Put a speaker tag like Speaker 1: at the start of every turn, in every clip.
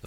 Speaker 1: The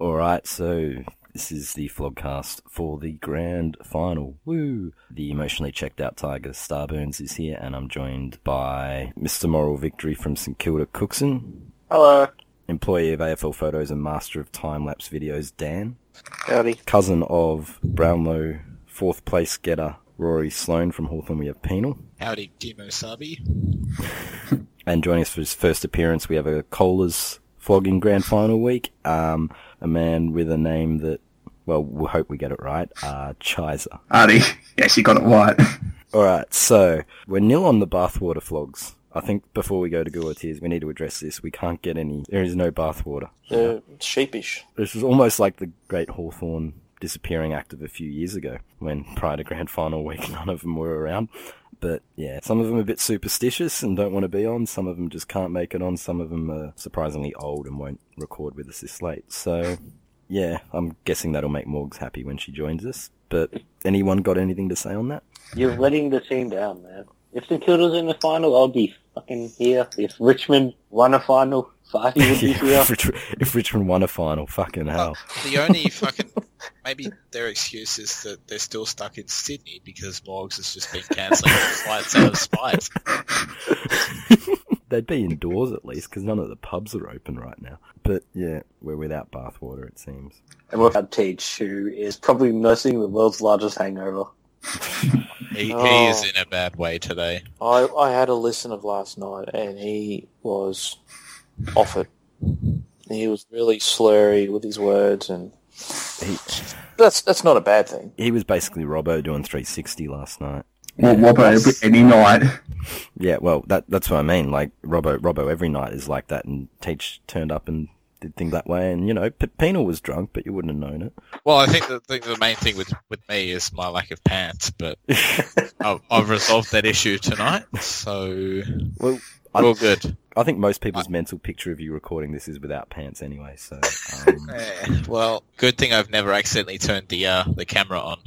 Speaker 2: All right, so this is the flogcast for the grand final. Woo! The emotionally checked out Tiger Starburns is here, and I'm joined by Mr. Moral Victory from St Kilda Cookson,
Speaker 3: Hello.
Speaker 2: employee of AFL Photos and master of time lapse videos, Dan,
Speaker 3: Howdy.
Speaker 2: cousin of Brownlow fourth place getter Rory Sloan from Hawthorn. We have Penal.
Speaker 4: Howdy, Dimo Sabi.
Speaker 2: And joining us for his first appearance, we have a Colas flogging grand final week. Um, a man with a name that, well, we hope we get it right. Uh, Chizer.
Speaker 5: Artie, yeah, she got it right.
Speaker 2: All right, so we're nil on the bathwater flogs. I think before we go to Gula Tears, we need to address this. We can't get any. There is no bathwater.
Speaker 3: Uh, sheepish.
Speaker 2: This is almost like the Great Hawthorn disappearing act of a few years ago, when prior to grand final week, none of them were around. But yeah, some of them are a bit superstitious and don't want to be on. Some of them just can't make it on. Some of them are surprisingly old and won't record with us this late. So yeah, I'm guessing that'll make Morgs happy when she joins us. But anyone got anything to say on that?
Speaker 3: You're letting the team down, man. If St Kilda's in the final, I'll be fucking here. If Richmond won a final, Farty would be here.
Speaker 2: if, Rich- if Richmond won a final, fucking
Speaker 4: Uh.
Speaker 2: hell.
Speaker 4: The only fucking maybe their excuse is that they're still stuck in Sydney because Morgs has just been cancelling flights out of spite.
Speaker 2: They'd be indoors at least, because none of the pubs are open right now. But yeah, we're without bathwater, it seems.
Speaker 3: And we've had Teach, who is probably nursing the world's largest hangover.
Speaker 4: He, he
Speaker 6: Oh.
Speaker 4: is in a bad way today.
Speaker 6: I, I had a listen of last night and he was off it. He was really slurry with his words and
Speaker 2: He,
Speaker 6: that's that's not a bad thing.
Speaker 2: he was basically Robbo doing 360 last night.
Speaker 5: Well, Wobbo every, any night.
Speaker 2: Yeah, well, that that's what I mean. Like, Robbo, Robbo every night is like that, and Teach turned up and did things that way, and, you know, P- Penal was drunk, but you wouldn't have known it.
Speaker 4: Well, I think the, the, the main thing with, with me is my lack of pants, but I've, I've resolved that issue tonight, so
Speaker 2: Well, I,
Speaker 4: we're all good.
Speaker 2: I think most people's mental picture of you recording this is without pants anyway, so. Um,
Speaker 4: Eh, Well, good thing I've never accidentally turned the uh, the camera on.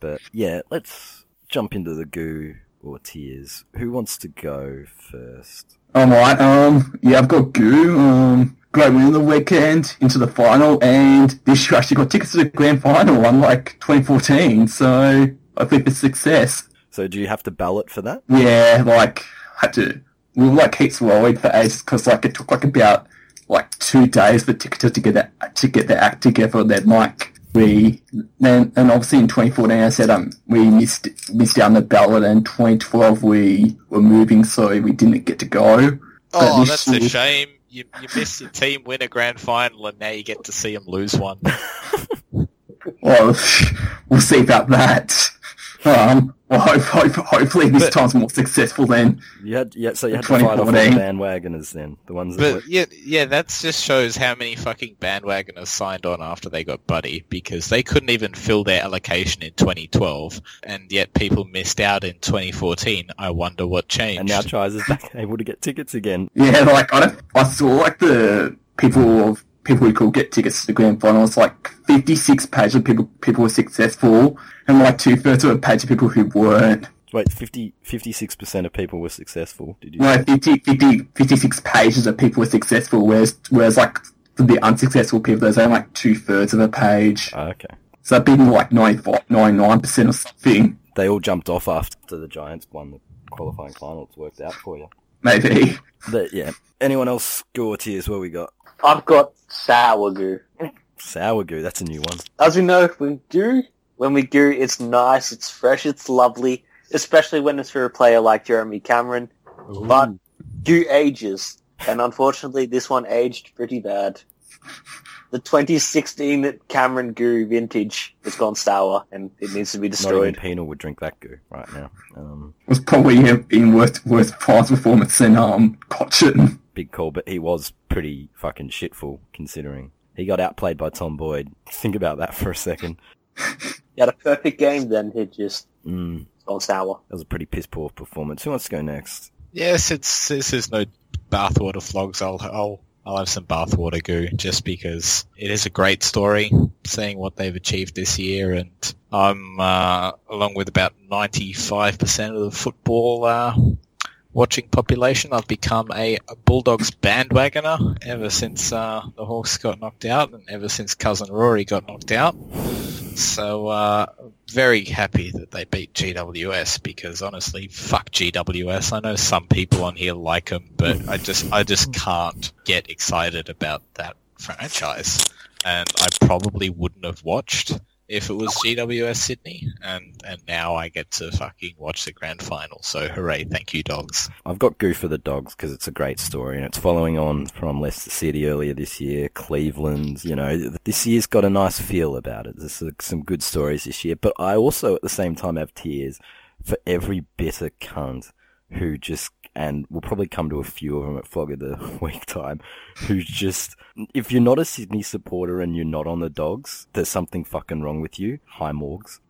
Speaker 2: But yeah, let's jump into the goo or tears. Who wants to go first?
Speaker 5: All right, um, yeah, I've got Goo. Um, great win of the weekend into the final, and this year I actually got tickets to the grand final, unlike 2014. So I think it's success.
Speaker 2: So do you have to ballot for that?
Speaker 5: Yeah, like had to. We were like heaps worried for ages because like it took like about like two days for Ticketer to get that, to get the act together. And then like we then and obviously in 2014 I said um we missed missed out on the ballot and 2012 we were moving so we didn't get to go. But
Speaker 4: Oh,
Speaker 5: this
Speaker 4: that's a
Speaker 5: year-
Speaker 4: shame. You, you missed your team win a grand final, and now you get to see them lose one.
Speaker 5: Well, we'll see about that. Um, well, hope, hope, hopefully this
Speaker 4: But-
Speaker 5: time's more successful then.
Speaker 2: You had yeah, so you had to fight off the
Speaker 5: 2014.
Speaker 2: bandwagoners then, the ones that
Speaker 4: But yeah, yeah, that just shows how many fucking bandwagoners signed on after they got Buddy because they couldn't even fill their allocation in 2012, and yet people missed out in 2014. I wonder what
Speaker 2: were,
Speaker 4: changed.
Speaker 2: and now Chise is back able to get tickets again.
Speaker 5: Yeah, like I, don't, I saw like the people of people who could get tickets to the grand finals. Like fifty six pages of people people were successful, and like two thirds of a page of people who weren't.
Speaker 2: Wait, 56 percent of people were successful. Did you?
Speaker 5: No, 50, 50, 56 pages of people were successful, whereas whereas like for the unsuccessful people, there's only like two thirds of a page.
Speaker 2: Ah, okay.
Speaker 5: So that being like 95, 99% or something,
Speaker 2: They all jumped off after the Giants won the qualifying final. It's worked out for you.
Speaker 5: maybe.
Speaker 2: But yeah, anyone else score tiers? What we got?
Speaker 3: I've got sour goo.
Speaker 2: Sour goo. That's a new one.
Speaker 3: As we know, when we do, when we do, it's nice, it's fresh, it's lovely, especially when it's for a player like Jeremy Cameron. But goo ages, and unfortunately, this one aged pretty bad. The 2016 Cameron Goo vintage has gone sour, and it needs to be
Speaker 2: Not even
Speaker 3: destroyed.
Speaker 2: Penal would drink that goo right now. Um,
Speaker 5: It was probably a- in worse, worse prize performance than um, Cochin.
Speaker 2: big call, but he was pretty fucking shitful considering he got outplayed by Tom Boyd. Think about that for a second.
Speaker 3: He had a perfect game, then it just
Speaker 2: Mm,
Speaker 3: gone sour.
Speaker 2: that was a pretty piss poor performance. Who wants to go next?
Speaker 4: Yes, it's this is no bathwater flogs. I'll I'll I'll have some bathwater goo just because it is a great story, seeing what they've achieved this year, and I'm uh, along with about ninety five percent of the football uh, watching population. I've become a Bulldogs bandwagoner ever since uh, the Hawks got knocked out, and ever since cousin Rory got knocked out. So uh, very happy that they beat GWS because honestly, fuck GWS. I know some people on here like them, but I just I just can't get excited about that franchise, and I probably wouldn't have watched if it was GWS Sydney, and and now I get to fucking watch the grand final. So hooray! Thank you, dogs.
Speaker 2: I've got Goo for the Dogs because it's a great story and it's following on from Leicester City earlier this year, Cleveland. You know, this year's got a nice feel about it. There's uh, some good stories this year, but I also at the same time have tears for every bitter cunt who just, and we'll probably come to a few of them at Flog of the Week time, who just, if you're not a Sydney supporter and you're not on the Dogs, there's something fucking wrong with you. Hi, Morgs.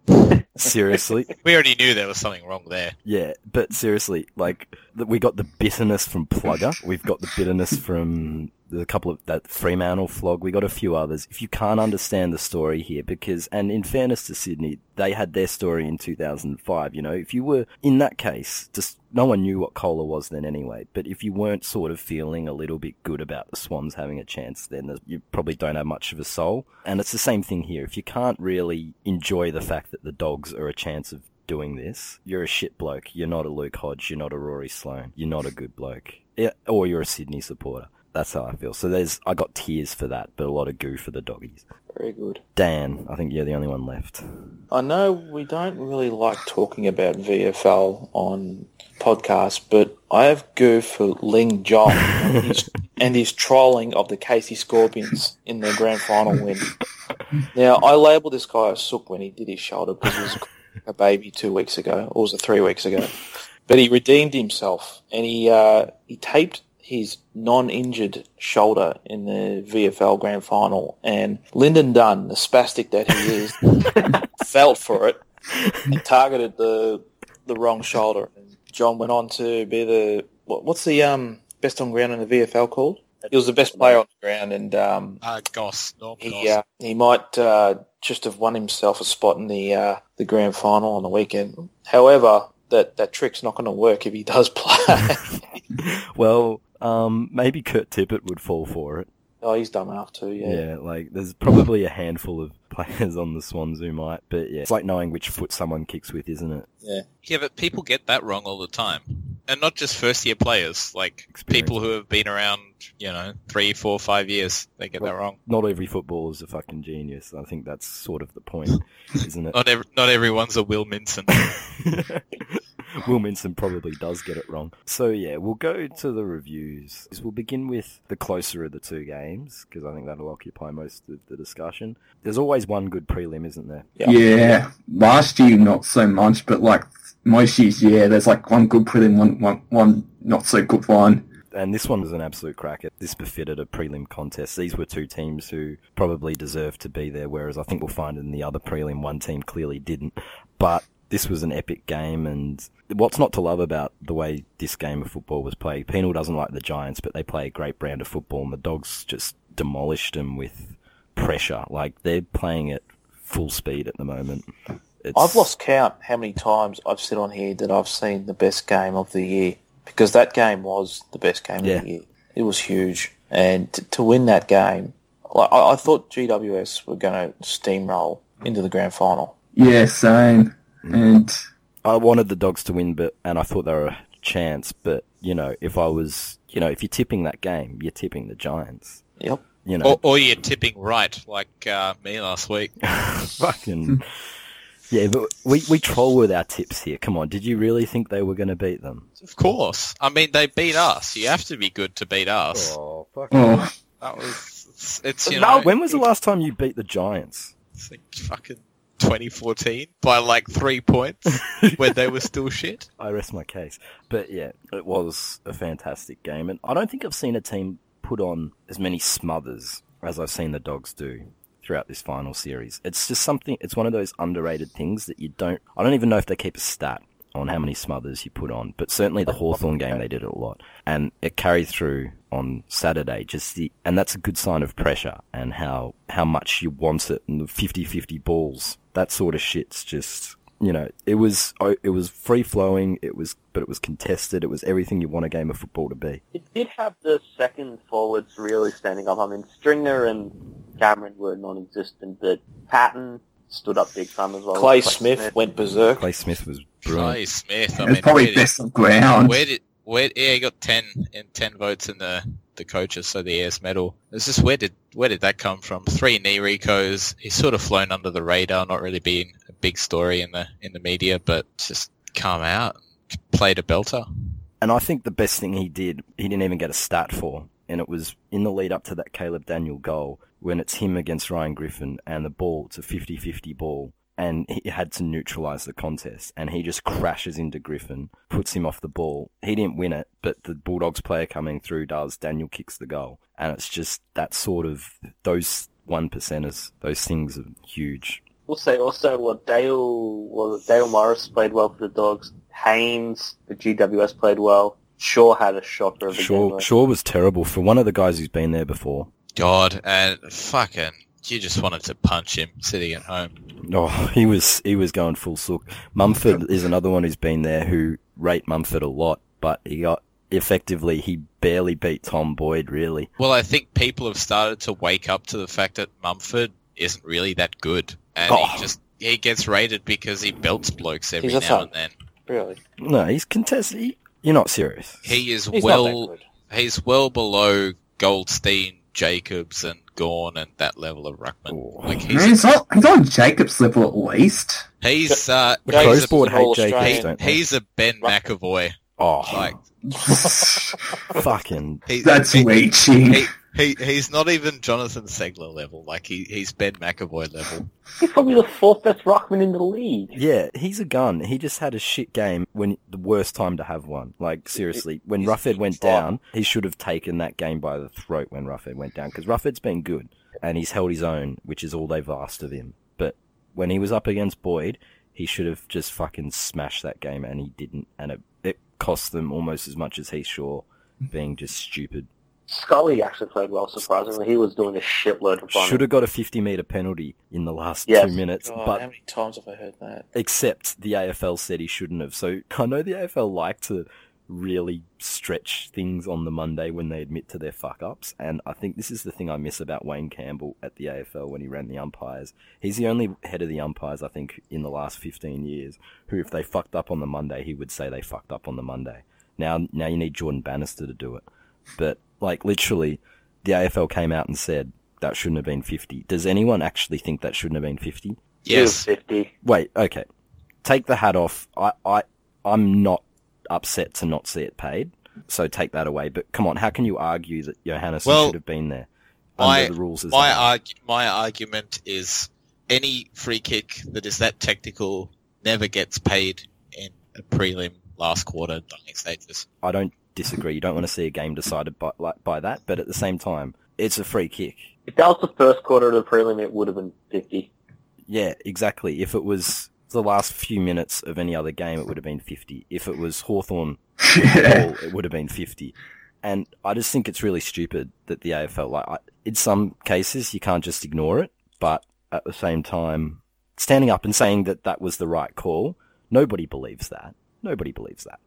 Speaker 2: Seriously,
Speaker 4: We already knew there was something wrong there.
Speaker 2: yeah, but seriously, like th- we got the bitterness from Plugger, we've got the bitterness from the couple of that Fremantle flog, we got a few others. If you can't understand the story here, because and in fairness to Sydney, they had their story in 2005. You know, if you were in that case, just no one knew what Kohler was then anyway. But if you weren't sort of feeling a little bit good about the Swans having a chance, then there's- you probably don't have much of a soul. And it's the same thing here. If you can't really enjoy the fact that the Dogs are a chance of doing this. You're a shit bloke. You're not a Luke Hodge. You're not a Rory Sloan. You're not a good bloke. Yeah, or you're a Sydney supporter. That's how I feel. So there's, I got tears for that, but a lot of goo for the doggies.
Speaker 6: Very good.
Speaker 2: Dan, I think you're the only one left.
Speaker 6: I know we don't really like talking about VFL on podcasts, but I have goo for Ling Jong and his, and his trolling of the Casey Scorpions in their grand final win. Now, I labelled this guy a sook when he did his shoulder because he was a baby two weeks ago, or was it three weeks ago? But he redeemed himself, and he uh, he taped his non-injured shoulder in the VFL grand final, and Lyndon Dunn, the spastic that he is, felt for it and targeted the the wrong shoulder. And John went on to be the what, what's the um, best on ground in the VFL called? He was the best player on the ground, and um,
Speaker 4: Uh, Goss, Norm Goss.
Speaker 6: he uh, he might uh, just have won himself a spot in the uh, the grand final on the weekend. However, that that trick's not going to work if he does play.
Speaker 2: well, um, maybe Kurt Tippett would fall for it.
Speaker 6: oh, he's dumb enough too.
Speaker 2: Yeah.
Speaker 6: Yeah.
Speaker 2: like there's probably a handful of players on the Swans who might, but yeah, it's like knowing which foot someone kicks with, isn't it?
Speaker 4: Yeah, but people get that wrong all the time. And not just first year players, like
Speaker 2: Experience.
Speaker 4: people who have been around, you know, three, four, five years, they get that wrong.
Speaker 2: Not every footballer's a fucking genius. I think that's sort of the point, isn't it?
Speaker 4: Not ev- not everyone's a Will Minson.
Speaker 2: Wilminson probably does get it wrong. So yeah, we'll go to the reviews. We'll begin with the closer of the two games because I think that'll occupy most of the discussion. There's always one good prelim, isn't there?
Speaker 6: Yeah.
Speaker 5: Yeah. last year not so much, but like most years, yeah, there's like one good prelim, one, one, one not so good one.
Speaker 2: And this one was an absolute cracker. This befitted a prelim contest. These were two teams who probably deserved to be there, whereas I think we'll find in the other prelim one team clearly didn't. But this was an epic game, and what's not to love about the way this game of football was played? Penal doesn't like the Giants, but they play a great brand of football, and the Dogs just demolished them with pressure. Like they're playing at full speed at the moment. It's,
Speaker 6: I've lost count how many times I've said on here that I've seen the best game of the year because that game was the best game
Speaker 2: Yeah.
Speaker 6: of the year. It was huge, and t- to win that game, like, I, I thought GWS were going to steamroll into the grand final.
Speaker 5: Yeah, same. And
Speaker 2: I wanted the dogs to win, but and I thought they were a chance. But you know, if I was, you know, if you're tipping that game, you're tipping the Giants.
Speaker 6: Yep.
Speaker 2: You know,
Speaker 4: Or, or you're tipping right, like uh, me last week.
Speaker 2: fucking. Yeah, but we, we troll with our tips here. Come on, did you really think they were going to beat them?
Speaker 4: Of course. I mean, they beat us. You have to be good to beat us.
Speaker 2: Oh, fuck.
Speaker 5: oh,
Speaker 4: That was. It's, it's, you
Speaker 3: No,
Speaker 4: know,
Speaker 2: When was the last time you beat the Giants?
Speaker 4: it's like fucking 2014 by like three points when they were still shit.
Speaker 2: I rest my case. But yeah, it was a fantastic game. And I don't think I've seen a team put on as many smothers as I've seen the dogs do throughout this final series. It's just something, it's one of those underrated things that you don't, I don't even know if they keep a stat on how many smothers you put on, but certainly the Hawthorn game, they did it a lot. And it carried through on Saturday, just the, and that's a good sign of pressure and how, how much you want it and the 50-50 balls, that sort of shit's just, you know, it was oh, it was free flowing. It was, but it was contested. It was everything you want a game of football to be.
Speaker 3: It did have the second forwards really standing up. I mean, Stringer and Cameron were non-existent, but Patton stood up big time as well.
Speaker 6: Clay Smith went berserk.
Speaker 2: Clay Smith was brilliant.
Speaker 4: Clay Smith. I
Speaker 5: it's
Speaker 4: mean,
Speaker 5: probably
Speaker 4: where did-
Speaker 5: best of ground.
Speaker 4: Where did where? Yeah, he got ten and ten votes in the the coaches, so the AS medal. It's just where did where did that come from? Three knee recos. He's sort of flown under the radar, not really being a big story in the in the media, but just come out, played a belter.
Speaker 2: And I think the best thing he did, he didn't even get a stat for, and it was in the lead up to that Caleb Daniel goal when it's him against Ryan Griffin and the ball, it's a 50-50 ball. And he had to neutralize the contest, and he just crashes into Griffin, puts him off the ball. He didn't win it, but the Bulldogs player coming through does. Daniel kicks the goal, and it's just that sort of those one percenters. Those things are huge.
Speaker 3: We'll say also what Dale was. Dale Morris played well for the Dogs. Haynes, the GWS played well. Shaw had a shocker of a game.
Speaker 2: Shaw,
Speaker 3: right?
Speaker 2: Shaw was terrible for one of the guys who's been there before.
Speaker 4: God, and fucking, you just wanted to punch him sitting at home.
Speaker 2: Oh, he was he was going full sook. Mumford is another one who's been there who rate Mumford a lot, but he got effectively he barely beat Tom Boyd really.
Speaker 4: Well, I think people have started to wake up to the fact that Mumford isn't really that good, and
Speaker 2: Oh.
Speaker 4: he just he gets rated because he belts blokes every
Speaker 6: He's a
Speaker 4: now
Speaker 6: thug.
Speaker 4: and then.
Speaker 6: Really,
Speaker 2: No, he's contested. He, you're not serious.
Speaker 4: He is
Speaker 6: he's
Speaker 4: well.
Speaker 6: not that good.
Speaker 4: he's well below Goldstein, Jacobs, and Gorn, and that level of ruckman.
Speaker 2: Oh.
Speaker 4: Like
Speaker 5: He's,
Speaker 4: he's
Speaker 5: on, he's on Jacob's level at least.
Speaker 4: he's uh,
Speaker 6: The Yeah,
Speaker 2: Crows
Speaker 4: he's,
Speaker 6: Crows
Speaker 4: a,
Speaker 2: board
Speaker 6: an
Speaker 2: hate
Speaker 6: All-Australian.
Speaker 2: Jacobs,
Speaker 4: he,
Speaker 2: don't they?
Speaker 4: he's a Ben McAvoy.
Speaker 2: oh,
Speaker 4: Like
Speaker 2: fucking
Speaker 4: he,
Speaker 5: That's
Speaker 4: he,
Speaker 5: reaching.
Speaker 4: he, he, he's not even Jonathan Segler level. Like he, he's Ben McAvoy level.
Speaker 3: He's probably the fourth best rockman in the league.
Speaker 2: yeah, he's a gun. He just had a shit game when the worst time to have one. Like seriously, when Ruffhead went down, he should have taken that game by the throat when Ruffhead went down because Ruffhead's been good and he's held his own, which is all they've asked of him. But when he was up against Boyd, he should have just fucking smashed that game and he didn't, and it it cost them almost as much as he Shaw being just stupid.
Speaker 3: Scully actually played well, surprisingly. He was doing a shitload of running.
Speaker 2: Should have got a 50 meter penalty in the last
Speaker 3: Yes.
Speaker 2: two minutes,
Speaker 6: God,
Speaker 2: but
Speaker 6: Oh, how many times have I heard that?
Speaker 2: except the AFL said he shouldn't have. So I know the AFL like to really stretch things on the Monday when they admit to their fuck ups, and I think this is the thing I miss about Wayne Campbell at the AFL when he ran the umpires. He's the only head of the umpires I think in the last fifteen years who, if they fucked up on the Monday, he would say they fucked up on the Monday. Now, now you need Jordan Bannister to do it, but like literally, the AFL came out and said. That shouldn't have been 50. Does anyone actually think that shouldn't have been 50?
Speaker 3: He was
Speaker 4: Yes,
Speaker 3: 50.
Speaker 2: wait, okay. Take the hat off. I, I, I'm not upset to not see it paid. So take that away. But come on, how can you argue that Johannes
Speaker 4: Well,
Speaker 2: should have been there
Speaker 4: my-
Speaker 2: under the rules? As they
Speaker 4: my
Speaker 2: are?
Speaker 4: arg- my argument is any free kick that is that technical never gets paid in a prelim last quarter dying stages.
Speaker 2: I don't disagree. You don't want to see a game decided by like, by that. But at the same time, it's a free kick.
Speaker 3: If that was the first quarter of the prelim, it would have been 50.
Speaker 2: Yeah, exactly. If it was the last few minutes of any other game, it would have been 50. If it was Hawthorn.
Speaker 5: yeah.
Speaker 2: ball, it would have been 50. And I just think it's really stupid that the AFL, like, I, in some cases, you can't just ignore it, but at the same time, standing up and saying that that was the right call, nobody believes that. Nobody believes that.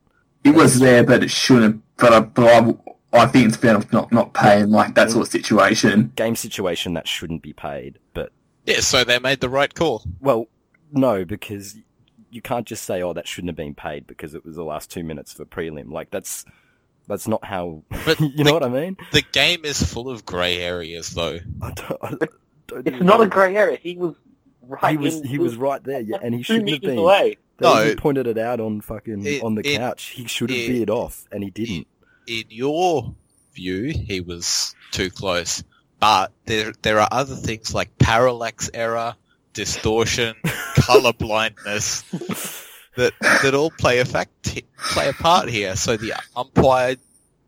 Speaker 5: It was there, but it shouldn't. But I, but I, I think it's better off not, not paying like that sort of situation.
Speaker 2: Game situation that shouldn't be paid, but
Speaker 4: Yeah, so they made the right call.
Speaker 2: Well, no, because you can't just say, "Oh, that shouldn't have been paid because it was the last two minutes of a prelim." Like that's that's not how.
Speaker 4: But
Speaker 2: you know what I mean?
Speaker 4: The game is full of grey areas, though.
Speaker 2: I don't. I don't
Speaker 3: It's
Speaker 2: even
Speaker 3: not a
Speaker 2: know.
Speaker 3: grey area. He was right.
Speaker 2: He was
Speaker 3: in-
Speaker 2: he was right there, yeah, and he
Speaker 3: two
Speaker 2: shouldn't have
Speaker 3: meters
Speaker 2: been.
Speaker 3: away.
Speaker 2: They
Speaker 4: No.
Speaker 2: even pointed it out on fucking
Speaker 4: It-
Speaker 2: on the
Speaker 4: it-
Speaker 2: couch. He should have
Speaker 4: it-
Speaker 2: veered off, and he didn't.
Speaker 4: In your view, he was too close. But there, there are other things like parallax error, distortion, color blindness that that all play a fact play a part here. So the umpire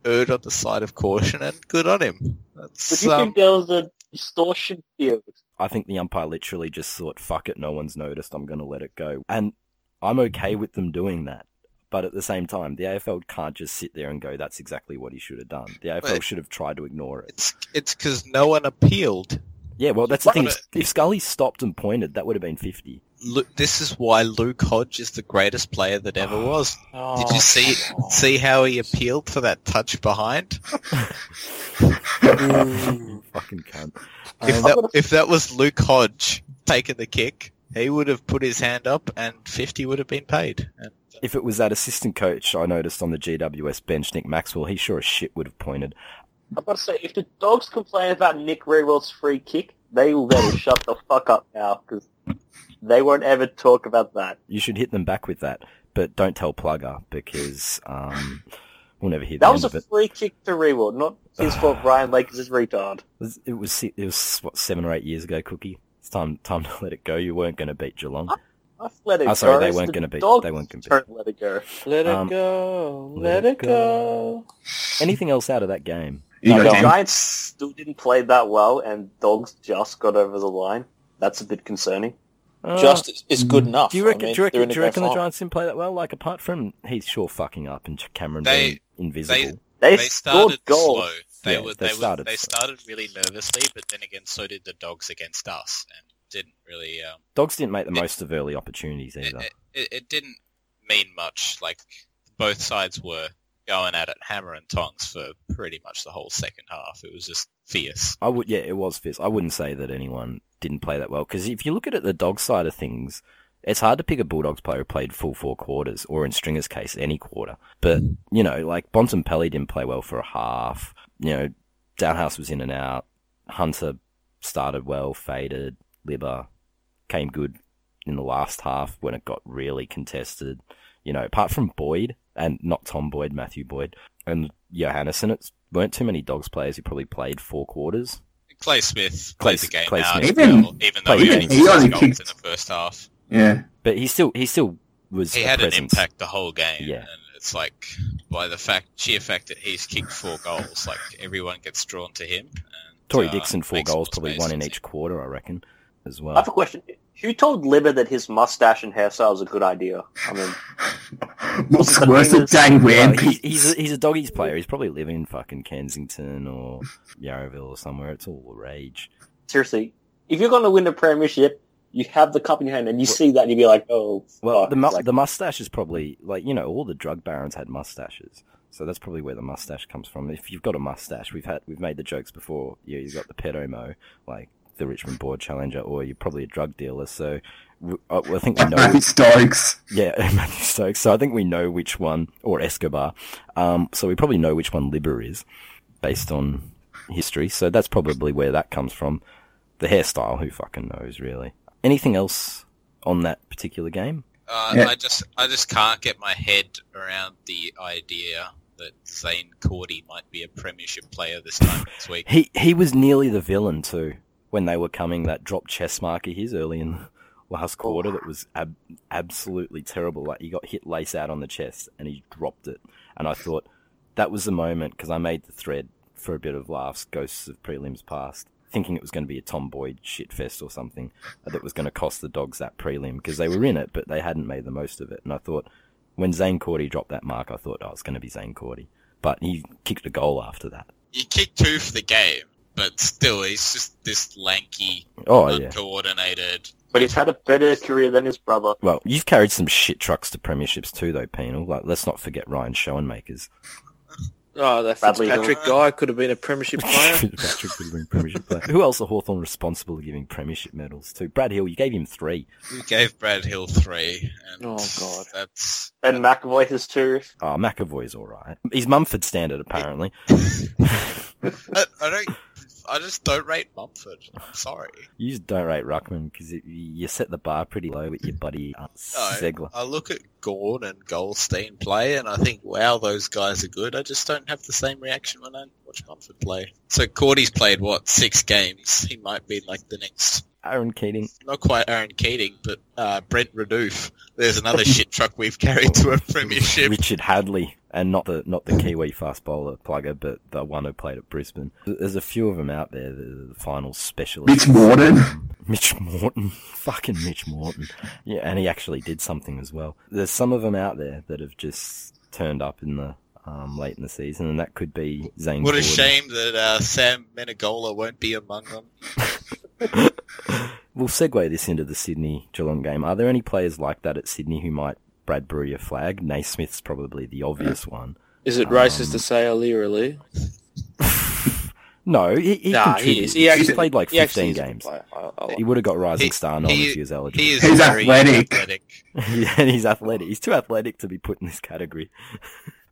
Speaker 4: erred on the side of caution, and good on him.
Speaker 3: But
Speaker 4: That's
Speaker 3: you
Speaker 4: um,
Speaker 3: think there was a distortion field?
Speaker 2: I think the umpire literally just thought, "Fuck it, no one's noticed. I'm going to let it go." And I'm okay with them doing that, but at the same time, the AFL can't just sit there and go, "That's exactly what he should have done." The AFL
Speaker 4: But-
Speaker 2: should have tried to ignore it.
Speaker 4: it's it's because no one appealed.
Speaker 2: Yeah, well, that's the
Speaker 4: But-
Speaker 2: thing. If Scully stopped and pointed, that would have been fifty.
Speaker 4: Lu this is why Luke Hodge is the greatest player that ever was.
Speaker 6: Oh,
Speaker 4: Did you see
Speaker 6: come on.
Speaker 4: see how he appealed for that touch behind?
Speaker 2: You fucking cunt.
Speaker 4: If
Speaker 2: Um,
Speaker 4: that if that was Luke Hodge taking the kick, he would have put his hand up and fifty would have been paid. And
Speaker 2: if it was that assistant coach I noticed on the GWS bench, Nick Maxwell, he sure as shit would have pointed.
Speaker 3: I've got to say, if the dogs complain about Nick Rewell's free kick, they will better shut the fuck up now because they won't ever talk about that.
Speaker 2: You should hit them back with that, but don't tell Plugger because um, we'll never hear the
Speaker 3: That
Speaker 2: end
Speaker 3: was
Speaker 2: of
Speaker 3: a
Speaker 2: it.
Speaker 3: free kick to Rewell, not his fault. Brian Lake is a retard.
Speaker 2: It was it was, si- it was what seven or eight years ago, Cookie. It's time time to let it go. You weren't going to beat Geelong.
Speaker 3: I've let it
Speaker 2: Oh, sorry,
Speaker 3: go.
Speaker 2: they
Speaker 3: It's
Speaker 2: weren't
Speaker 3: the
Speaker 2: gonna beat-
Speaker 3: dogs
Speaker 2: they weren't gonna beat.
Speaker 3: Don't let it go.
Speaker 6: Let it
Speaker 2: Um,
Speaker 6: go.
Speaker 2: let
Speaker 6: Let,
Speaker 2: it
Speaker 6: it go.
Speaker 2: Anything else out of that game?
Speaker 5: You
Speaker 6: No,
Speaker 5: know,
Speaker 6: don't.
Speaker 5: Dan,
Speaker 3: Giants still didn't play that well, and dogs just got over the line. That's a bit concerning.
Speaker 2: Uh,
Speaker 6: Just is- is good enough.
Speaker 2: do you reckon?
Speaker 6: I mean,
Speaker 2: do you reckon,
Speaker 6: they're in
Speaker 2: do you reckon the
Speaker 6: grand final.
Speaker 2: Giants didn't play that well? Like apart from Heath Shaw fucking up and Cameron
Speaker 4: They-
Speaker 2: being invisible.
Speaker 3: They,
Speaker 4: they
Speaker 3: scored
Speaker 4: started
Speaker 3: goals.
Speaker 4: slow. They
Speaker 2: Yeah,
Speaker 4: were
Speaker 2: they
Speaker 4: they,
Speaker 2: started
Speaker 4: were, they
Speaker 2: slow.
Speaker 4: started really nervously, but then again, so did the dogs against us, and didn't really. Um,
Speaker 2: Dogs didn't make the
Speaker 4: It-
Speaker 2: most of early opportunities
Speaker 4: it,
Speaker 2: either.
Speaker 4: it- it, it didn't mean much. Like both sides were going at it hammer and tongs for pretty much the whole second half. It was just fierce.
Speaker 2: I would, yeah, it was fierce. I wouldn't say that anyone didn't play that well because if you look at it, the dog side of things, it's hard to pick a Bulldogs player who played full four quarters, or in Stringer's case, any quarter. But you know, like Bontempelli didn't play well for a half. You know, Downhouse was in and out. Hunter started well, faded. Libba came good in the last half when it got really contested. You know, apart from Boyd and not Tom Boyd, Matthew Boyd and Johannesson, it's weren't too many dogs players who probably played four quarters.
Speaker 4: Clay Smith
Speaker 2: Clay
Speaker 4: played the
Speaker 2: S-
Speaker 4: game
Speaker 2: Clay
Speaker 4: out,
Speaker 2: Smith.
Speaker 5: Even-
Speaker 4: well, even though
Speaker 2: Clay
Speaker 4: he
Speaker 2: Smith.
Speaker 4: only,
Speaker 2: He
Speaker 4: scored
Speaker 5: only
Speaker 4: goals
Speaker 5: kicked-
Speaker 4: in the first half.
Speaker 5: yeah.
Speaker 2: But he still he still was
Speaker 4: He
Speaker 2: a
Speaker 4: had
Speaker 2: presence.
Speaker 4: an impact the whole game,
Speaker 2: Yeah.
Speaker 4: and it's like by the fact sheer fact that he's kicked four goals, like everyone gets drawn to him. And,
Speaker 2: Tory
Speaker 4: uh,
Speaker 2: Dixon four
Speaker 4: makes
Speaker 2: goals,
Speaker 4: more
Speaker 2: probably
Speaker 4: space
Speaker 2: one in
Speaker 4: for
Speaker 2: each quarter, I reckon, as
Speaker 3: I have
Speaker 2: well.
Speaker 3: a question. Who told Libba that his mustache and hairstyle is a good idea? I mean,
Speaker 5: What's worse than Dan
Speaker 2: Well,
Speaker 5: Wamp?
Speaker 2: he, he's a, he's a doggies player. He's probably living in fucking Kensington or Yarraville or somewhere. It's all the rage.
Speaker 3: seriously, if you're going to win the premiership, you have the cup in your hand, and you see that, and you be like, "Oh,
Speaker 2: Well,
Speaker 3: fuck.
Speaker 2: the mu-
Speaker 3: like,
Speaker 2: the mustache is probably like you know all the drug barons had mustaches, so that's probably where the mustache comes from. If you've got a mustache, we've had we've made the jokes before. Yeah, you've got the pedomo, like the Richmond Board Challenger, or you're probably a drug dealer. So w- I I think we know
Speaker 5: Matthew Stokes.
Speaker 2: Yeah, Matthew Stokes. So I think we know which one, or Escobar. Um, so we probably know which one Libber is, based on history. So that's probably where that comes from. The hairstyle, who fucking knows, really? Anything else on that particular game?
Speaker 4: Uh,
Speaker 5: Yeah.
Speaker 4: I just I just can't get my head around the idea that Zane Cordy might be a premiership player this time next week.
Speaker 2: He he was nearly the villain too when they were coming that drop chest mark of his early in the last quarter that was ab- absolutely terrible. Like he got hit lace out on the chest and he dropped it, and I thought that was the moment because I made the thread for a bit of laughs, ghosts of prelims past, thinking it was going to be a Tom Boyd shit fest or something that was going to cost the dogs that prelim because they were in it but they hadn't made the most of it, and I thought. When Zane Cordy dropped that mark, I thought, oh, it's going to be Zane Cordy. But he kicked a goal after that.
Speaker 4: He kicked two for the game, but still, he's just this lanky,
Speaker 2: Oh, yeah.
Speaker 4: uncoordinated.
Speaker 3: but he's had a better career than his brother.
Speaker 2: Well, you've carried some shit trucks to premierships too, though, Penal. Like, let's not forget Ryan Schoenmakers.
Speaker 6: Oh, that
Speaker 3: Bradley
Speaker 6: Fitzpatrick guy could have been a premiership player.
Speaker 2: Fitzpatrick could have been premiership player. Who else are Hawthorn responsible for giving premiership medals to? Brad Hill, you gave him three.
Speaker 4: We gave Brad Hill three. And
Speaker 6: Oh, God.
Speaker 4: That's
Speaker 3: And McAvoy has two.
Speaker 2: Oh, McAvoy's all right. He's Mumford standard, apparently.
Speaker 4: I, I don't. I just don't rate Mumford. I'm sorry.
Speaker 2: You just don't rate Ruckman because you set the bar pretty low with your buddy uh, Zegler.
Speaker 4: I look at Gorn and Goldstein play, and I think, wow, those guys are good. I just don't have the same reaction when I watch Mumford play. So Cordy's played what six games? He might be like the next,
Speaker 2: Aaron Keating.
Speaker 4: not quite Aaron Keating, but uh, Brent Redoof. There's another shit truck we've carried to a premiership.
Speaker 2: Richard Hadley, and not the not the Kiwi fast bowler plugger, but the one who played at Brisbane. There's a few of them out there. The final specialists.
Speaker 5: Mitch Morton.
Speaker 2: Mitch Morton, fucking Mitch Morton. Yeah, and he actually did something as well. There's some of them out there that have just turned up in the um, late in the season, and that could be Zane.
Speaker 4: What a
Speaker 2: Gordon.
Speaker 4: shame that uh, Sam Menegola won't be among them.
Speaker 2: We'll segue this into the Sydney Geelong game. Are there any players like that at Sydney who might Brad Brew your flag? Naismith's probably the obvious
Speaker 6: Mm.
Speaker 2: one.
Speaker 6: Is it racist to say Ali or Ali?
Speaker 2: No, he, he
Speaker 6: Nah,
Speaker 2: contributed.
Speaker 6: he is. He actually
Speaker 2: played like
Speaker 6: he
Speaker 2: 15
Speaker 6: actually is a good
Speaker 2: games.
Speaker 6: player. I- I like
Speaker 2: He would have got Rising
Speaker 4: He-
Speaker 2: Star nod if he was eligible.
Speaker 4: He is
Speaker 5: He's
Speaker 4: very
Speaker 5: athletic.
Speaker 4: athletic.
Speaker 2: Yeah, and he's athletic. He's too athletic to be put in this category.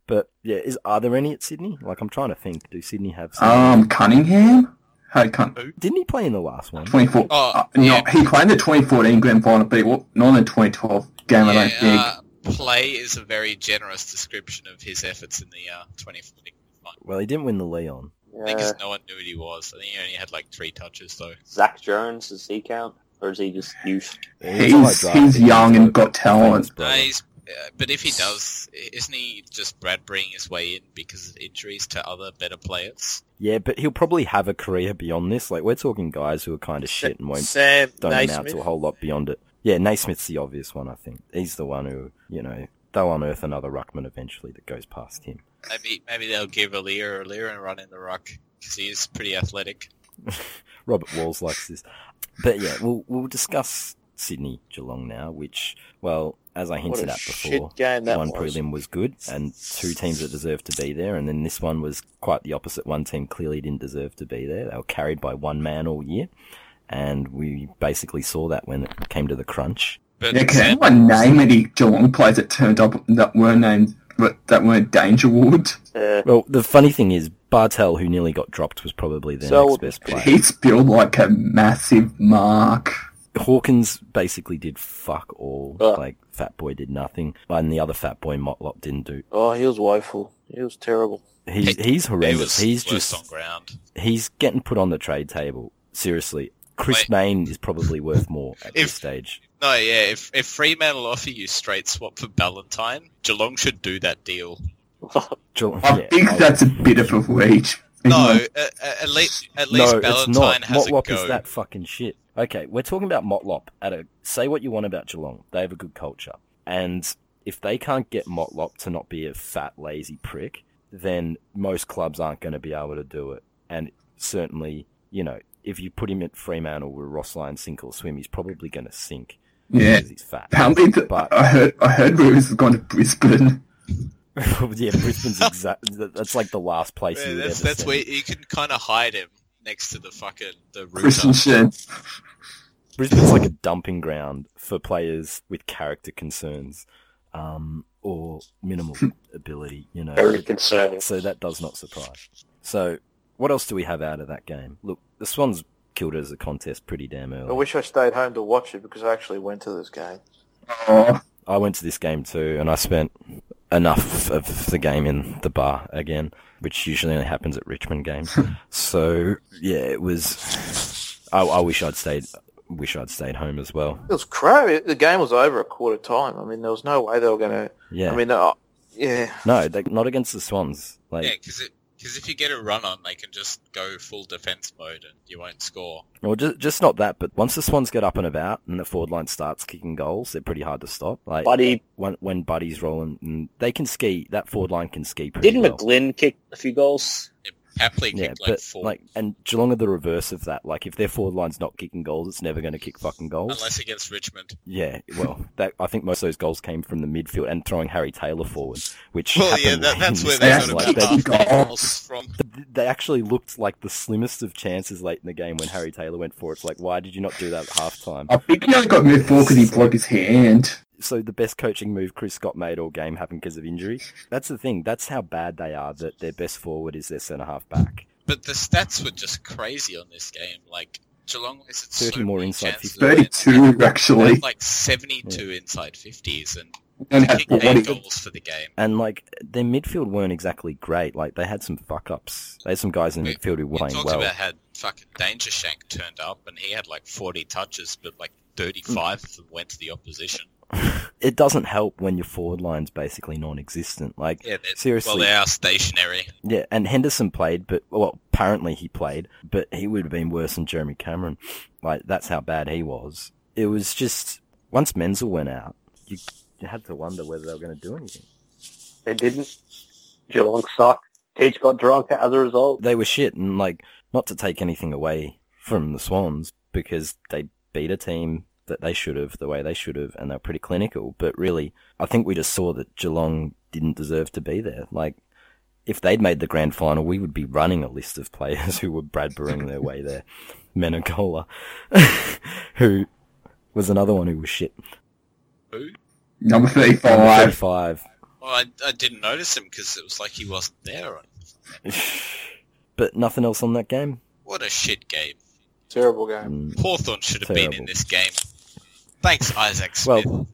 Speaker 2: But yeah, is are there any at Sydney? Like I'm trying to think. Do Sydney have? Some?
Speaker 5: Um, Cunningham. How Cun-
Speaker 2: Didn't he play in the last one?
Speaker 5: 24.
Speaker 4: Oh,
Speaker 5: uh, no,
Speaker 4: yeah.
Speaker 5: he played the 2014 grand final, but it wa- not the 2012 game. I don't
Speaker 4: Yeah,
Speaker 5: think.
Speaker 4: uh, play is a very generous description of his efforts in the uh, 2014 final.
Speaker 2: Well, he didn't win the Leon.
Speaker 4: I think
Speaker 3: Yeah.
Speaker 4: no one knew what he was. I think he only had like three touches though.
Speaker 3: Zach Jones, does he count? Or is he just youth?
Speaker 2: He was
Speaker 5: he's
Speaker 2: high
Speaker 5: he's
Speaker 2: drafted,
Speaker 5: young
Speaker 2: he's
Speaker 5: and
Speaker 2: got
Speaker 5: got talent.
Speaker 2: famous brother.
Speaker 4: uh, but if he does, isn't he just Brad bringing his way in because of injuries to other better players?
Speaker 2: Yeah, but he'll probably have a career beyond this. Like we're talking guys who are kind of shit and won't
Speaker 6: Sam
Speaker 2: don't amount
Speaker 6: Naismith.
Speaker 2: to a whole lot beyond it. Yeah, Naismith's the obvious one. I think he's the one who you know they'll unearth another ruckman eventually that goes past him.
Speaker 4: Maybe maybe they'll give Alir Alir and run in the ruck because he is pretty athletic.
Speaker 2: Robert Walls likes this. But yeah, we'll we'll discuss Sydney Geelong now, which well, as I
Speaker 6: What
Speaker 2: hinted
Speaker 6: a
Speaker 2: at before,
Speaker 6: shit game that
Speaker 2: one
Speaker 6: was.
Speaker 2: prelim was good and two teams that deserved to be there, and then this one was quite the opposite. One team clearly didn't deserve to be there. They were carried by one man all year. And we basically saw that when it came to the crunch.
Speaker 4: But
Speaker 5: Yeah, can anyone name any Geelong players that turned up that were named that weren't Danger Ward?
Speaker 3: Uh,
Speaker 2: Well, the funny thing is, Bartel, who nearly got dropped, was probably their
Speaker 6: So-
Speaker 2: next best player.
Speaker 5: He spilled like a massive mark.
Speaker 2: Hawkins basically did fuck all.
Speaker 6: Ugh.
Speaker 2: Like, Fat Boy did nothing. And the other Fat Boy, Motlop, didn't do
Speaker 6: Oh, he was woeful. He was terrible.
Speaker 2: He's he's
Speaker 4: he
Speaker 2: horrendous.
Speaker 4: was
Speaker 2: he's
Speaker 4: worst on
Speaker 2: just
Speaker 4: ground.
Speaker 2: he's getting put on the trade table. Seriously, Chris
Speaker 4: Wait.
Speaker 2: Main is probably worth more at this
Speaker 4: If-
Speaker 2: stage.
Speaker 4: No, yeah. If if Fremantle offer you straight swap for Ballantyne, Geelong should do that deal.
Speaker 2: Geelong-
Speaker 5: I
Speaker 2: yeah, oh,
Speaker 5: think
Speaker 2: I'll-
Speaker 5: that's a bit of a reach.
Speaker 4: No, at, at least at least
Speaker 2: no, it's
Speaker 4: Ballantyne
Speaker 2: not.
Speaker 4: has
Speaker 2: Motlop
Speaker 4: a go.
Speaker 2: is that fucking shit. Okay, we're talking about Motlop. At a say what you want about Geelong, they have a good culture, and if they can't get Motlop to not be a fat lazy prick, then most clubs aren't going to be able to do it. And certainly, you know, if you put him at Fremantle with Ross Lyon sink or swim, he's probably going to sink.
Speaker 5: Yeah.
Speaker 2: because he's fat.
Speaker 5: Apparently, the,
Speaker 2: But-
Speaker 5: I heard I heard Rivers has gone to Brisbane.
Speaker 2: yeah, Brisbane's exact. That's like the last place
Speaker 4: Yeah,
Speaker 2: you would
Speaker 4: that's
Speaker 2: ever
Speaker 4: that's
Speaker 2: send.
Speaker 4: where you can kind of hide him next to the fucking the
Speaker 5: Christian
Speaker 4: roof.
Speaker 5: Shed.
Speaker 2: Brisbane's like a dumping ground for players with character concerns, um, or minimal ability. You know,
Speaker 3: very concerning.
Speaker 2: so that does not surprise. So, what else do we have out of that game? Look, the Swans killed it as a contest pretty damn
Speaker 6: I
Speaker 2: early.
Speaker 6: wish I stayed home to watch it because I actually went to this game.
Speaker 5: Oh,
Speaker 2: I went to this game too, and I spent enough of the game in the bar again, which usually only happens at Richmond games. so yeah, it was. I, I wish I'd stayed. Wish I'd stayed home as well.
Speaker 6: It was crap. It- the game was over at quarter time. I mean, there was no way they were going to.
Speaker 2: Yeah.
Speaker 6: I mean, uh, yeah.
Speaker 2: no, they, not against the Swans. Like
Speaker 4: Yeah, because if you get a run on, they can just go full defense mode and you won't score.
Speaker 2: Well, just, just not that, but once the Swans get up and about and the forward line starts kicking goals, they're pretty hard to stop. Like
Speaker 3: Buddy,
Speaker 2: when when Buddy's rolling, mm, they can ski. That forward line can ski pretty
Speaker 3: didn't
Speaker 2: well.
Speaker 3: McGlynn kick a few goals?
Speaker 4: Happily
Speaker 2: Yeah,
Speaker 4: kicked like
Speaker 2: but
Speaker 4: four.
Speaker 2: like, and Geelong are the reverse of that. Like, if their forward line's not kicking goals, it's never going to kick fucking goals.
Speaker 4: Unless against Richmond.
Speaker 2: Yeah, well, that I think most of those goals came from the midfield and throwing Harry Taylor forward, which
Speaker 4: Well, yeah,
Speaker 2: happened
Speaker 4: that, that's
Speaker 2: in
Speaker 4: where
Speaker 2: this
Speaker 4: they
Speaker 2: game.
Speaker 4: sort of
Speaker 2: Like,
Speaker 4: got
Speaker 2: they-
Speaker 4: half their
Speaker 5: goals.
Speaker 4: goals from.
Speaker 2: they actually looked like the slimmest of chances late in the game when Harry Taylor went for it. It's like, why did you not do that at halftime?
Speaker 5: I think he only got moved forward because he broke his hand.
Speaker 2: So the best coaching move Chris Scott made all game happened because of injury. That's the thing. That's how bad they are. That their best forward is their centre half back.
Speaker 4: But the stats were just crazy on this game. Like Geelong wasted
Speaker 2: 30
Speaker 4: so
Speaker 2: more
Speaker 4: many
Speaker 2: inside
Speaker 4: chances
Speaker 2: 50.
Speaker 4: and-
Speaker 5: 32,
Speaker 4: They
Speaker 5: actually.
Speaker 4: had like 72 inside 50s and
Speaker 5: And had
Speaker 4: kicked eight
Speaker 5: 40.
Speaker 4: goals for the game.
Speaker 2: And like their midfield weren't exactly great. Like they had some fuck ups. They had some guys in the
Speaker 4: We-
Speaker 2: midfield who
Speaker 4: We
Speaker 2: were playing
Speaker 4: talked
Speaker 2: well.
Speaker 4: about how fucking Danger Shank turned up and he had like 40 touches, but like 35 of them went to the opposition.
Speaker 2: It doesn't help when your forward line's basically non-existent. Like
Speaker 4: Yeah, they-
Speaker 2: seriously,
Speaker 4: Well, they are stationary.
Speaker 2: Yeah, and Henderson played, but well, apparently he played, but he would have been worse than Jeremy Cameron. Like that's how bad he was. It was just once Menzel went out, you, you had to wonder whether they were going to do anything.
Speaker 3: They didn't. Geelong sucked. Teach got drunk as a result.
Speaker 2: They were shit, and like not to take anything away from the Swans because they beat a team that they should have the way they should have, and they were pretty clinical. But really, I think we just saw that Geelong didn't deserve to be there. Like. If they'd made the grand final, we would be running a list of players who were Bradburying their way there. Menegola, who was another one who was shit.
Speaker 4: Who?
Speaker 5: Number
Speaker 2: Number
Speaker 5: 35.
Speaker 2: 35.
Speaker 4: Well, I, I didn't notice him because it was like he wasn't there. Or anything.
Speaker 2: But nothing else on that game.
Speaker 4: What a shit game.
Speaker 6: Terrible game.
Speaker 2: Mm.
Speaker 4: Hawthorn should have been in
Speaker 2: Terrible.
Speaker 4: this game. Thanks, Isaac Smith.
Speaker 2: Well,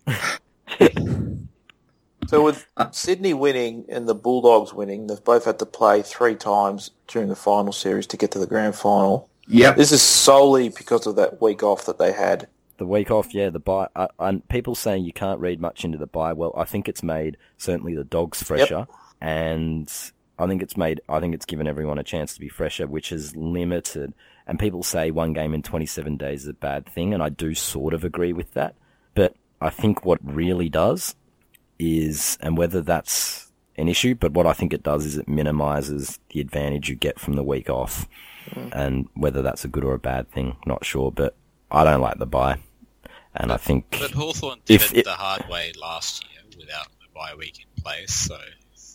Speaker 6: So with Sydney winning and the Bulldogs winning, they've both had to play three times during the final series to get to the grand final.
Speaker 5: Yep.
Speaker 6: This is solely because of that week off that they had.
Speaker 2: the week off, yeah, the buy. I, I, people saying you can't read much into the buy. Well, I think it's made certainly the dogs fresher, and I think it's made. I think it's given everyone a chance to be fresher, which is limited. And people say one game in 27 days is a bad thing, and I do sort of agree with that. But I think what really does is, and whether that's an issue, but what I think it does is it minimises the advantage you get from the week off, and whether that's a good or a bad thing, not sure. But I don't like the buy. And I think
Speaker 4: but Hawthorn did
Speaker 2: If
Speaker 4: it,
Speaker 2: it-
Speaker 4: the hard way last year without the bye week in place. So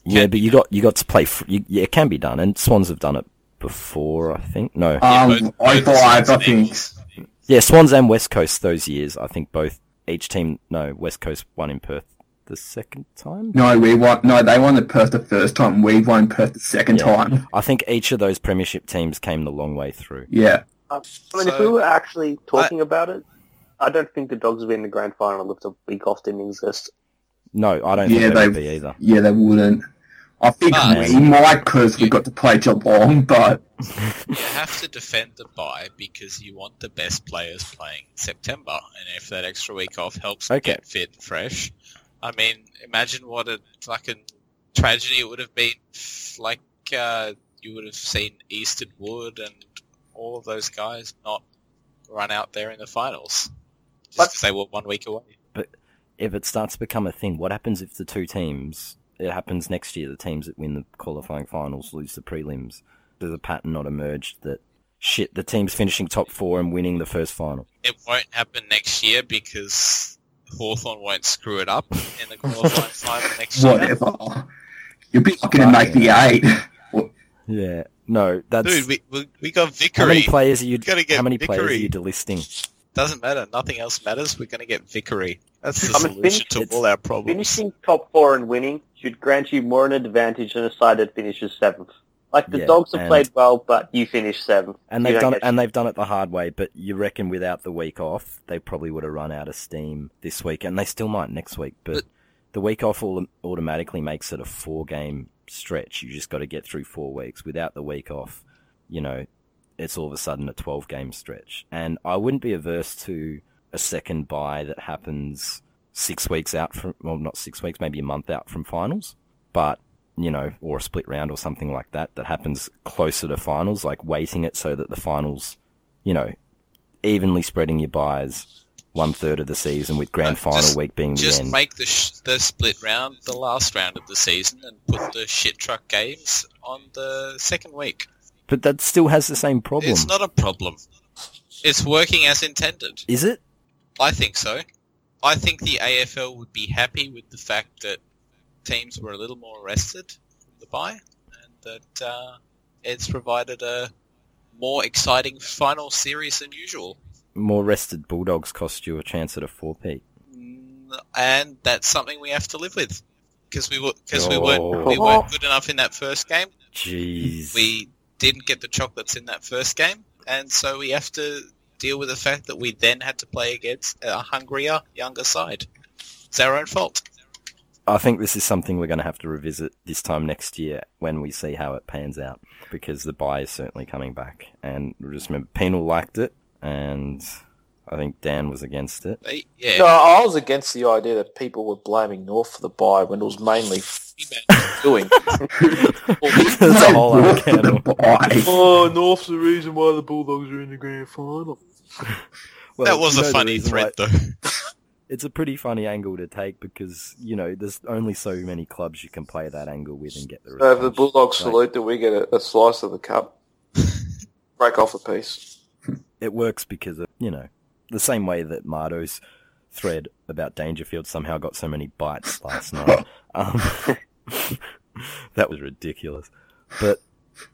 Speaker 2: yeah, but you got you got to play. Fr- you, yeah, it can be done, and Swans have done it before, I think. No,
Speaker 4: both-
Speaker 5: Um,
Speaker 4: both
Speaker 5: 05, I
Speaker 4: Swans and
Speaker 5: think.
Speaker 4: Eagles.
Speaker 2: yeah, Swans and West Coast those years. I think both each team. No, West Coast won in Perth the second time.
Speaker 5: No, we won. No, they won the Perth the first time. We won Perth the second
Speaker 2: Yeah.
Speaker 5: time.
Speaker 2: I think each of those Premiership teams came the long way through.
Speaker 5: Yeah.
Speaker 3: I mean, if
Speaker 4: So-
Speaker 3: we were actually talking about it, I don't think the Dogs would be in the grand final if the week off didn't exist.
Speaker 2: No, I don't
Speaker 5: Yeah,
Speaker 2: think
Speaker 5: they-
Speaker 2: they would be either.
Speaker 5: Yeah, they wouldn't. I think
Speaker 4: Ah,
Speaker 5: we might because we got to play Geelong, but
Speaker 4: You have to defend the bye because you want the best players playing in September, and if that extra week off helps them
Speaker 2: Okay.
Speaker 4: get fit and fresh, I mean, imagine what a fucking tragedy it would have been. if, Like uh, you would have seen Easton Wood and all of those guys not run out there in the finals just
Speaker 3: But-
Speaker 4: because they were one week away.
Speaker 2: If it starts to become a thing, what happens if the two teams? It happens next year. The teams that win the qualifying finals lose the prelims. Does a pattern not emerge that shit? The teams finishing top four and winning the first final.
Speaker 4: It won't happen next year because Hawthorn won't screw it up in the qualifying final next year.
Speaker 5: whatever. You'd be not going to make the eight.
Speaker 2: Yeah. No, that's
Speaker 4: Dude, we, we, we got Vickery.
Speaker 2: how many players are you?
Speaker 4: gotta get
Speaker 2: How many
Speaker 4: Vickery.
Speaker 2: players are you delisting?
Speaker 4: Doesn't matter. Nothing else matters. We're going to get Vickery. That's the
Speaker 3: I mean,
Speaker 4: solution to
Speaker 2: it's-
Speaker 4: all our problems.
Speaker 3: Finishing top four and winning should grant you more an advantage than a side that finishes seventh. Like the
Speaker 2: Yeah,
Speaker 3: Dogs have
Speaker 2: and-
Speaker 3: played well, but you finished seventh.
Speaker 2: And
Speaker 3: You
Speaker 2: they've
Speaker 3: don't
Speaker 2: done it.
Speaker 3: get-
Speaker 2: And they've done it the hard way. But you reckon without the week off, they probably would have run out of steam this week, and they still might next week. But,
Speaker 4: But-
Speaker 2: the week off all, automatically makes it a four-game stretch. You just got to get through four weeks. Without the week off, you know, it's all of a sudden a twelve-game stretch. And I wouldn't be averse to a second buy that happens six weeks out from well, not six weeks, maybe a month out from finals, but you know, or a split round or something like that that happens closer to finals, like weighting it so that the finals, you know, evenly spreading your buys one third of the season with grand
Speaker 4: Uh,
Speaker 2: final
Speaker 4: just-
Speaker 2: week being the
Speaker 4: Just
Speaker 2: end.
Speaker 4: make the, sh- the split round the last round of the season and put the shit truck games on the second week.
Speaker 2: But that still has the same problem.
Speaker 4: It's not a problem. It's working as intended.
Speaker 2: Is it?
Speaker 4: I think so. I think the AFL would be happy with the fact that teams were a little more rested from the bye, and that uh, it's provided a more exciting final series than usual.
Speaker 2: More rested Bulldogs cost you a chance at a four-peat.
Speaker 4: Mm, And that's something we have to live with because we were because we weren't we weren't good enough in that first game.
Speaker 2: Jeez.
Speaker 4: we didn't get the chocolates in that first game, and so we have to deal with the fact that we then had to play against a hungrier, younger side. It's our own fault.
Speaker 2: I think this is something we're going to have to revisit this time next year when we see how it pans out because the buy is certainly coming back. And just remember, Penal liked it, and I think Dan was against it.
Speaker 4: They- yeah,
Speaker 6: No, I was against the idea that people were blaming North for the buy when it was mainly
Speaker 4: we managed-
Speaker 6: doing.
Speaker 2: That's a whole other
Speaker 5: Worth the
Speaker 2: candle.
Speaker 5: buy.
Speaker 6: oh, North's the reason why the Bulldogs are in the grand final.
Speaker 4: that was a funny
Speaker 2: threat.
Speaker 4: thread, though.
Speaker 2: it's a pretty funny angle to take because you know there's only so many clubs you can play that angle with and get the.
Speaker 6: So if the
Speaker 2: response.
Speaker 6: Bulldogs
Speaker 2: Like,
Speaker 6: salute, that we get a, a slice of the cup. Break off a piece.
Speaker 2: it works because of you know the same way that Mardo's thread about Dangerfield somehow got so many bites last night. Um, that was ridiculous. But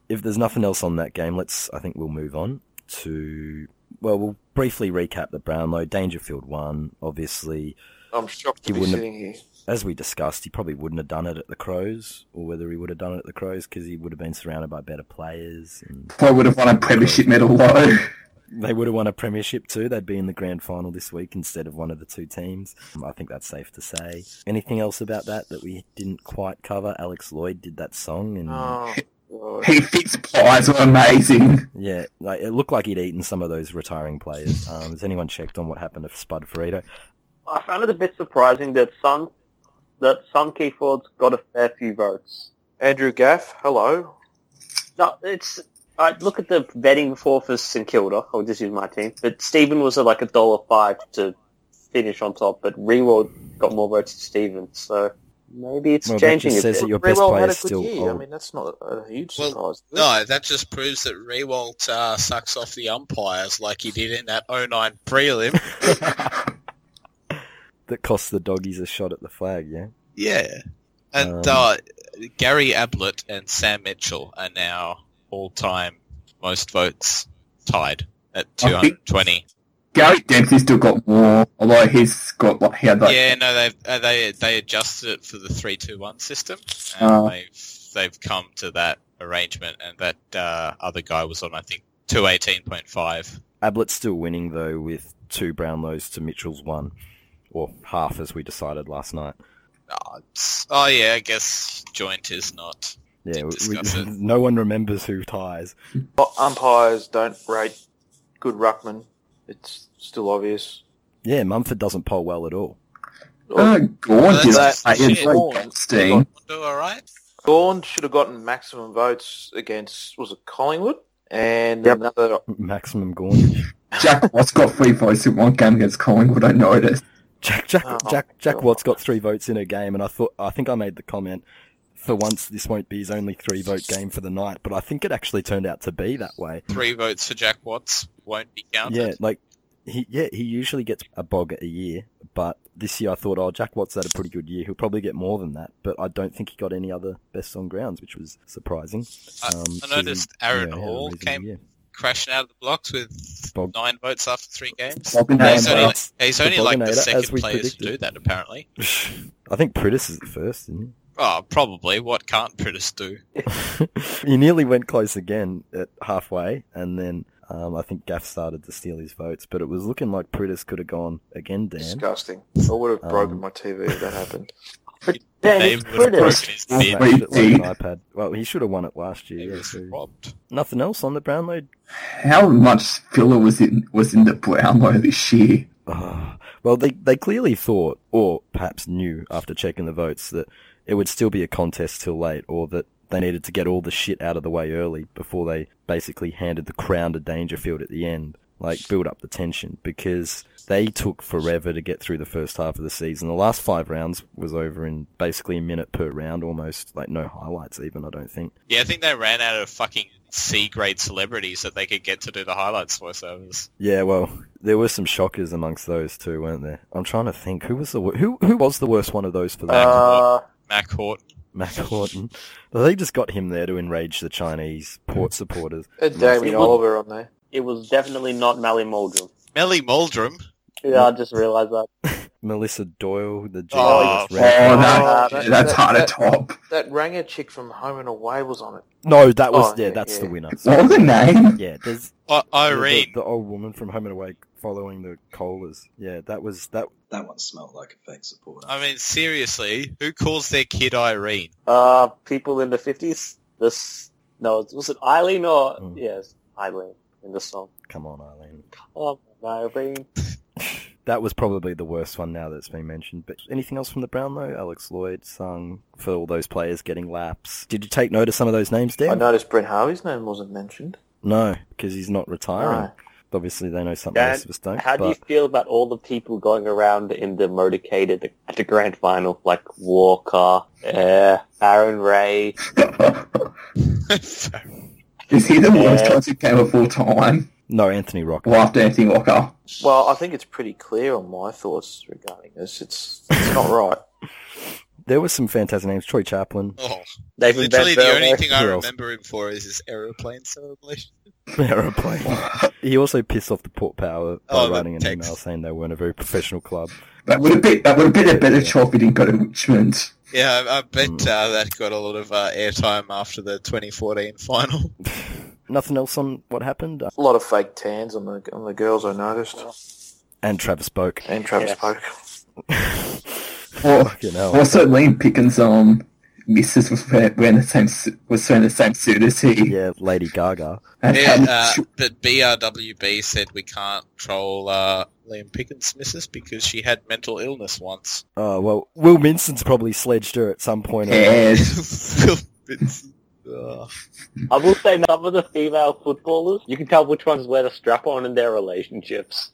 Speaker 2: if there's nothing else on that game, let's. I think we'll move on to. Well, we'll briefly recap the Brownlow. Dangerfield won, obviously.
Speaker 6: I'm shocked
Speaker 2: He
Speaker 6: to be
Speaker 2: wouldn't have-
Speaker 6: sitting here.
Speaker 2: as we discussed, he probably wouldn't have done it at the Crows, or whether he would have done it at the Crows because he would have been surrounded by better players. And
Speaker 5: I would have won a premiership medal though.
Speaker 2: they would have won a premiership too. They'd be in the grand final this week instead of one of the two teams. Um, I think that's safe to say. Anything else about that that we didn't quite cover? Alex Lloyd did that song, and
Speaker 4: Uh.
Speaker 6: Oh, God.
Speaker 5: He thinks pies are amazing.
Speaker 2: yeah, like, it looked like he'd eaten some of those retiring players. Um, has anyone checked on what happened to Spud Ferrito?
Speaker 3: I found it a bit surprising that some that some key forwards got a fair few votes.
Speaker 6: Andrew Gaff, hello.
Speaker 3: No, it's I look at the betting before for St Kilda. I'll just use my team, but Stephen was at like a dollar five to finish on top, but Rewald got more votes than Stephen, so maybe it's
Speaker 2: Well, that
Speaker 3: changing
Speaker 2: just
Speaker 3: a
Speaker 2: says
Speaker 3: bit.
Speaker 2: that your
Speaker 6: Pretty
Speaker 2: best
Speaker 6: well
Speaker 2: player
Speaker 6: had a
Speaker 2: is
Speaker 6: good
Speaker 2: still
Speaker 6: year. I
Speaker 2: old.
Speaker 6: mean, that's not a huge
Speaker 4: Well,
Speaker 6: surprise. is it?
Speaker 4: No, that just proves that Rewalt uh, sucks off the umpires like he did in that 09 prelim.
Speaker 2: that cost the doggies a shot at the flag. Yeah.
Speaker 4: Yeah.
Speaker 2: Um,
Speaker 4: And uh, Gary Ablett and Sam Mitchell are now all-time most votes tied at
Speaker 5: I think-
Speaker 4: 220.
Speaker 5: Gary Dempsey's still got more, although he's got like he had like
Speaker 4: Yeah, no, they've uh, they they adjusted it for the three two one system, and
Speaker 5: Oh.
Speaker 4: they've they've come to that arrangement. And that uh, other guy was on, I think, two eighteen point five.
Speaker 2: Ablett's still winning though with two Brownlows to Mitchell's one, or half as we decided last night.
Speaker 4: Oh yeah, I guess joint is not.
Speaker 2: Yeah,
Speaker 4: Didn't
Speaker 2: we- we-
Speaker 4: discuss it.
Speaker 2: no one remembers who ties.
Speaker 6: But umpires don't rate good ruckman. It's still obvious.
Speaker 2: Yeah, Mumford doesn't poll well at all.
Speaker 5: oh, gorgeous.
Speaker 4: That's-
Speaker 5: I
Speaker 4: shit.
Speaker 5: enjoy Goldstein.
Speaker 4: Do all right.
Speaker 6: Gorn should have gotten maximum votes against was it Collingwood and
Speaker 3: Yep.
Speaker 6: another.
Speaker 2: Maximum Gorn.
Speaker 5: Jack Watts got three votes in one game against Collingwood. I noticed.
Speaker 2: Jack Jack
Speaker 6: Oh,
Speaker 2: Jack Jack
Speaker 6: God.
Speaker 2: Watt's got three votes in a game, and I thought I think I made the comment. For once, this won't be his only three vote game for the night, but I think it actually turned out to be that way.
Speaker 4: Three votes for Jack Watts won't be counted.
Speaker 2: Yeah, like he yeah he usually gets a bog a year, but this year I thought, oh, Jack Watts had a pretty good year. He'll probably get more than that, but I don't think he got any other best on grounds, which was surprising. Um,
Speaker 4: I- I
Speaker 2: so he-
Speaker 4: noticed Aaron
Speaker 2: yeah, he had a
Speaker 4: Hall
Speaker 2: reasonable
Speaker 4: came
Speaker 2: year.
Speaker 4: crashing out of the blocks with
Speaker 2: Bog-
Speaker 4: nine votes after three games.
Speaker 5: Bogdan
Speaker 2: No,
Speaker 4: He's
Speaker 2: but
Speaker 4: only,
Speaker 2: it's
Speaker 4: he's
Speaker 2: the
Speaker 4: only like
Speaker 2: Boganator,
Speaker 4: the
Speaker 2: as
Speaker 4: second
Speaker 2: we
Speaker 4: player to
Speaker 2: predicted.
Speaker 4: do that, apparently.
Speaker 2: I think Pritis is the first, isn't
Speaker 4: Oh, probably. What can't Pritis do?
Speaker 2: he? he nearly went close again at halfway, and then um, I think Gaff started to steal his votes, but it was looking like Pritis could have gone again, Dan.
Speaker 6: Disgusting. I would have broken
Speaker 2: Um,
Speaker 6: my TV if that happened.
Speaker 3: Dan,
Speaker 4: Dave
Speaker 3: it's
Speaker 4: would have broken
Speaker 3: British.
Speaker 4: his bid.
Speaker 5: Yeah,
Speaker 2: Smashed it
Speaker 5: but-
Speaker 2: like an
Speaker 5: Indeed.
Speaker 2: iPad. Well, he should have won it last
Speaker 4: He
Speaker 2: year. Yeah,
Speaker 4: was
Speaker 2: so-
Speaker 4: robbed.
Speaker 2: Nothing else on the Brownlow
Speaker 5: How much filler was in was in the Brownlow this year?
Speaker 2: Ah, well, they, they clearly thought, or perhaps knew after checking the votes, that it would still be a contest till late, or that they needed to get all the shit out of the way early before they basically handed the crown to Dangerfield at the end. like build up the tension because they took forever to get through the first half of the season. The last five rounds was over in basically a minute per round, almost like no highlights even. I don't think.
Speaker 4: Yeah, I think they ran out of fucking C grade celebrities that they could get to do the highlights voiceovers.
Speaker 2: Yeah, well, there were some shockers amongst those too, weren't there? I'm trying to think who was the wor- who who was the worst one of those for them.
Speaker 3: Uh,
Speaker 4: Mac Hort.
Speaker 2: Matt Horton. They just got him there to enrage the Chinese port supporters.
Speaker 6: Put Damien Oliver on there.
Speaker 3: it was definitely not Mally Muldrum.
Speaker 4: Melly Muldrum.
Speaker 3: Yeah, I just realised that.
Speaker 2: Melissa Doyle, the
Speaker 4: Oh,
Speaker 2: journalist.
Speaker 5: Oh,
Speaker 2: ran-
Speaker 3: Uh,
Speaker 5: that,
Speaker 6: that-
Speaker 5: that's
Speaker 6: that-
Speaker 5: hard
Speaker 6: that-
Speaker 5: to top.
Speaker 6: That Ranger chick from Home and Away was on it.
Speaker 2: no, that was
Speaker 6: Oh,
Speaker 2: yeah,
Speaker 6: yeah,
Speaker 2: that's the
Speaker 6: yeah.
Speaker 2: winner.
Speaker 5: What was the name?
Speaker 2: Yeah, there's
Speaker 4: Uh,
Speaker 2: the-
Speaker 4: Irene.
Speaker 2: the, the old woman from Home and Away following the Colas. Yeah, that was that.
Speaker 7: That one smelled like a fake supporter.
Speaker 4: I mean, seriously, who calls their kid Irene?
Speaker 3: Uh, people in the 50s? This... No, was it Eileen or...
Speaker 2: Mm.
Speaker 3: Yes, Eileen in the song.
Speaker 2: Come on, Eileen.
Speaker 3: Oh, Eileen.
Speaker 2: That was probably the worst one now that's been mentioned. But anything else from the Brownlow? Alex Lloyd sung for all those players getting laps. Did you take note of some of those names,
Speaker 6: I
Speaker 2: Dan?
Speaker 6: noticed Brent Harvey's name wasn't mentioned.
Speaker 2: No, because he's not retiring.
Speaker 6: No.
Speaker 2: Obviously, they know something
Speaker 3: Dan,
Speaker 2: most of us don't.
Speaker 3: How do you
Speaker 2: but-
Speaker 3: feel about all the people going around in the motorcade at the, at the grand final, like Walker, uh, Aaron Ray?
Speaker 5: Is he the worst
Speaker 3: Yeah.
Speaker 5: concert game of all time?
Speaker 2: No, Anthony Rock.
Speaker 5: Well, after Anthony Walker.
Speaker 6: Well, I think it's pretty clear on my thoughts regarding this. It's it's not right.
Speaker 2: There were some fantastic names. Troy Chaplin,
Speaker 4: oh,
Speaker 3: David
Speaker 4: literally
Speaker 3: Van
Speaker 4: the
Speaker 3: Berber.
Speaker 4: only thing I
Speaker 2: Who else?
Speaker 4: remember him for is his aeroplane celebration.
Speaker 2: aeroplane. He also pissed off the Port Power by
Speaker 4: Oh, the
Speaker 2: writing an
Speaker 4: text.
Speaker 2: email saying they weren't a very professional club.
Speaker 5: That would have been that would have been a better choice if he didn't go to Richmond.
Speaker 4: Yeah, I, I bet
Speaker 5: Hmm.
Speaker 4: uh, that got a lot of uh, airtime after the 2014 final.
Speaker 2: Nothing else on what happened. Uh,
Speaker 6: A lot of fake tans on the on the girls I noticed,
Speaker 2: And Travis spoke.
Speaker 6: and Travis
Speaker 3: Yeah.
Speaker 6: Polk.
Speaker 5: Or,
Speaker 2: Fucking hell.
Speaker 5: also, Liam Pickens um misses was wear- wearing the same su- was wearing the same suit as he.
Speaker 2: Yeah, Lady Gaga.
Speaker 5: And,
Speaker 4: Yeah,
Speaker 5: um,
Speaker 4: uh,
Speaker 5: she-
Speaker 4: but BRWB said we can't troll uh, Liam Pickens' missus because she had mental illness once.
Speaker 2: Oh, well, Will Minson's probably sledged her at some point. Uh, or another.
Speaker 5: yeah,
Speaker 4: Will Vinson. Ugh.
Speaker 3: I will say some of the female footballers, you can tell which ones wear the strap on in their relationships.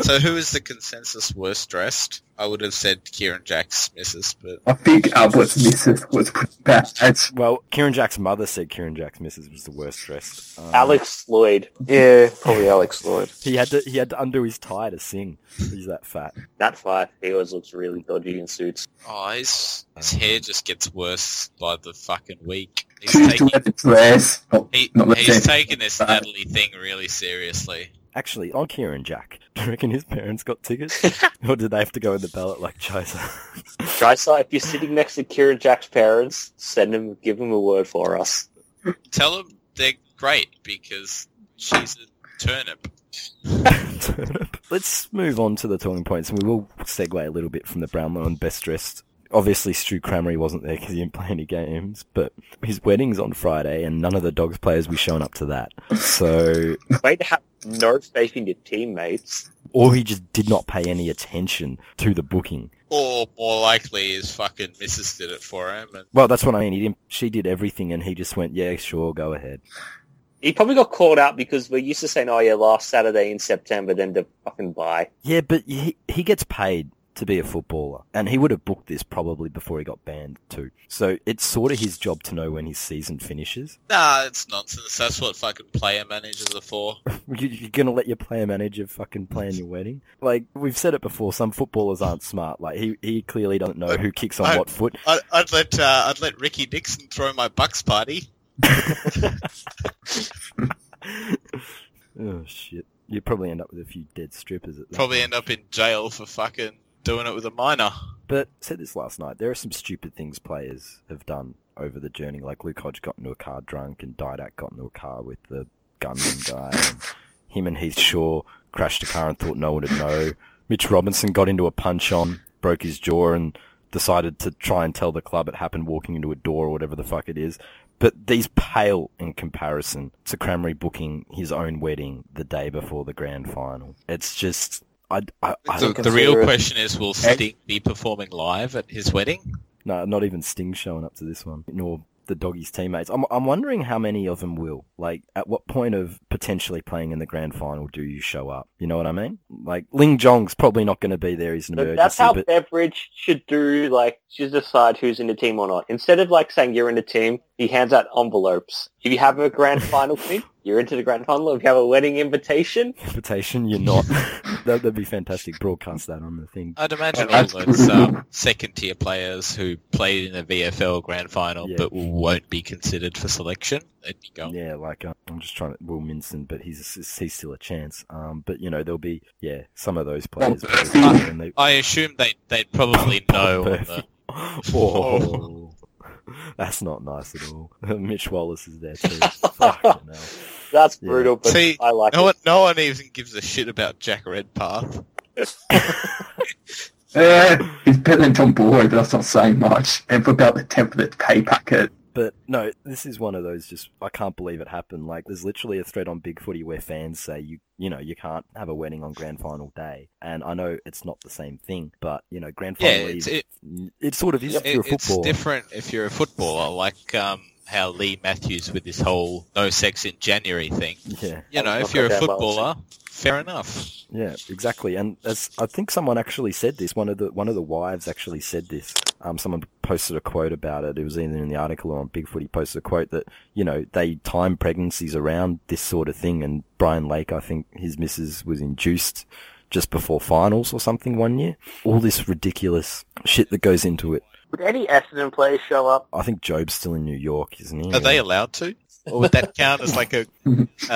Speaker 4: so who is the consensus worst dressed? I would have said Kieran Jack's missus, but
Speaker 5: I think Albert's missus was pretty bad.
Speaker 2: Well, Kieran Jack's mother said Kieran Jack's missus was the worst dressed. Um,
Speaker 3: Alex Lloyd,
Speaker 6: Yeah, probably Alex Lloyd.
Speaker 2: He had to he had to undo his tie to sing. He's that fat.
Speaker 3: that fight, he always looks really dodgy in suits.
Speaker 4: oh, his, his
Speaker 5: Mm.
Speaker 4: hair just gets worse by the fucking week. He's
Speaker 5: She used to
Speaker 4: taking,
Speaker 5: wear the dress. Not,
Speaker 4: he,
Speaker 5: not the
Speaker 4: he's
Speaker 5: same.
Speaker 4: taking this Natalie thing really seriously.
Speaker 2: Actually, on Kieran Jack, do you reckon his parents got tickets, or did they have to go in the ballot like Chaser?
Speaker 3: Try if you're sitting next to Kieran Jack's parents, send him, give him a word for us.
Speaker 4: Tell him they're great because she's a turnip.
Speaker 2: turnip. Let's move on to the talking points, and we will segue a little bit from the Brownlow and best dressed. Obviously, Stu Cramery wasn't there because he didn't play any games, but his wedding's on Friday, and none of the Dogs players were showing up to that. So,
Speaker 3: Way to have no faith in your teammates.
Speaker 2: or he just did not pay any attention to the booking.
Speaker 4: Or more likely his fucking missus did it for him and
Speaker 2: Well, that's what I mean. He didn't. She did everything, and he just went, "Yeah, sure, go ahead."
Speaker 3: He probably got called out because we're used to saying, oh yeah, last Saturday in September, then to fucking buy.
Speaker 2: Yeah, but he he gets paid to be a footballer, and he would have booked this probably before he got banned too. So it's sort of his job to know when his season finishes.
Speaker 4: Nah, it's nonsense. That's what fucking player managers are for.
Speaker 2: You, you're gonna let your player manager fucking plan your wedding? Like we've said it before, some footballers aren't smart. Like he, he clearly doesn't know who kicks on
Speaker 4: I-
Speaker 2: what foot.
Speaker 4: I'd, I'd let uh, I'd let Ricky Dixon throw my Bucks party.
Speaker 2: Oh shit! You probably end up with a few dead strippers. At that
Speaker 4: Probably
Speaker 2: point.
Speaker 4: end up in jail for fucking doing it with a minor.
Speaker 2: But I said this last night. There are some stupid things players have done over the journey. Like Luke Hodge got into a car drunk, and Didak got into a car with the gunman guy. And him and Heath Shaw crashed a car and thought no one would know. Mitch Robinson got into a punch on, broke his jaw, and decided to try and tell the club it happened walking into a door or whatever the fuck it is. But these pale in comparison to Cramry booking his own wedding the day before the grand final. It's just. I, I, I
Speaker 4: The,
Speaker 6: don't
Speaker 4: the real
Speaker 6: consider it.
Speaker 4: question is, will Sting be performing live at his wedding?
Speaker 2: no, not even Sting showing up to this one, nor the doggies teammates. I'm I'm wondering how many of them will. Like, at what point of potentially playing in the grand final do you show up? You know what I mean? Like, Ling Jong's probably not going to be there. He's an
Speaker 3: But
Speaker 2: emergency.
Speaker 3: that's how
Speaker 2: but
Speaker 3: Beveridge should do, like, should decide who's in the team or not. Instead of, like, saying you're in the team, he hands out envelopes. If you have a grand final win, you're into the grand final. If you have a wedding invitation,
Speaker 2: invitation, you're not. that, that'd be fantastic. Broadcast that on the thing.
Speaker 4: I'd imagine all
Speaker 5: That's-
Speaker 4: those um, second-tier players who played in the VFL Grand Final
Speaker 2: Yeah.
Speaker 4: but won't be considered for selection. They'd be gone.
Speaker 2: Yeah, like uh, I'm just trying to Will Minson, but he's he's still a chance. Um, but you know there'll be yeah some of those players. and they,
Speaker 4: I assume they they'd probably know. on the,
Speaker 2: oh, that's not nice at all. Mitch Wallace is there too. Fucking hell.
Speaker 3: that's
Speaker 2: Yeah.
Speaker 3: brutal, but
Speaker 4: See,
Speaker 3: I like
Speaker 4: no
Speaker 3: it.
Speaker 4: one, no one even gives a shit about Jack Redpath.
Speaker 5: Eh, he's better than John Boy, but that's not saying much. And for about the tenth of the pay packet.
Speaker 2: But no, this is one of those just I can't believe it happened. Like there's literally a thread on Big Footy where fans say you you know you can't have a wedding on grand final day. And I know it's not the same thing, but you know grand
Speaker 4: Yeah,
Speaker 2: final
Speaker 4: it's,
Speaker 2: is
Speaker 4: it,
Speaker 2: it sort of is
Speaker 4: it-
Speaker 2: if you're a
Speaker 4: it's
Speaker 2: footballer.
Speaker 4: different if you're a footballer, like um, how Lee Matthews with this whole no sex in January thing.
Speaker 2: Yeah.
Speaker 4: You know, if
Speaker 3: Okay,
Speaker 4: you're a
Speaker 3: well,
Speaker 4: footballer, fair enough.
Speaker 2: Yeah, exactly. And as I think someone actually said this, one of the one of the wives actually said this. Um, someone posted a quote about it. It was either in the article or on Bigfoot. He posted a quote that you know they time pregnancies around this sort of thing. And Brian Lake, I think his missus was induced just before finals or something one year. All this ridiculous shit that goes into it.
Speaker 3: Would any Essendon players show up?
Speaker 2: I think Job's still in New York, isn't he?
Speaker 4: Are they allowed to? Or would that count as like a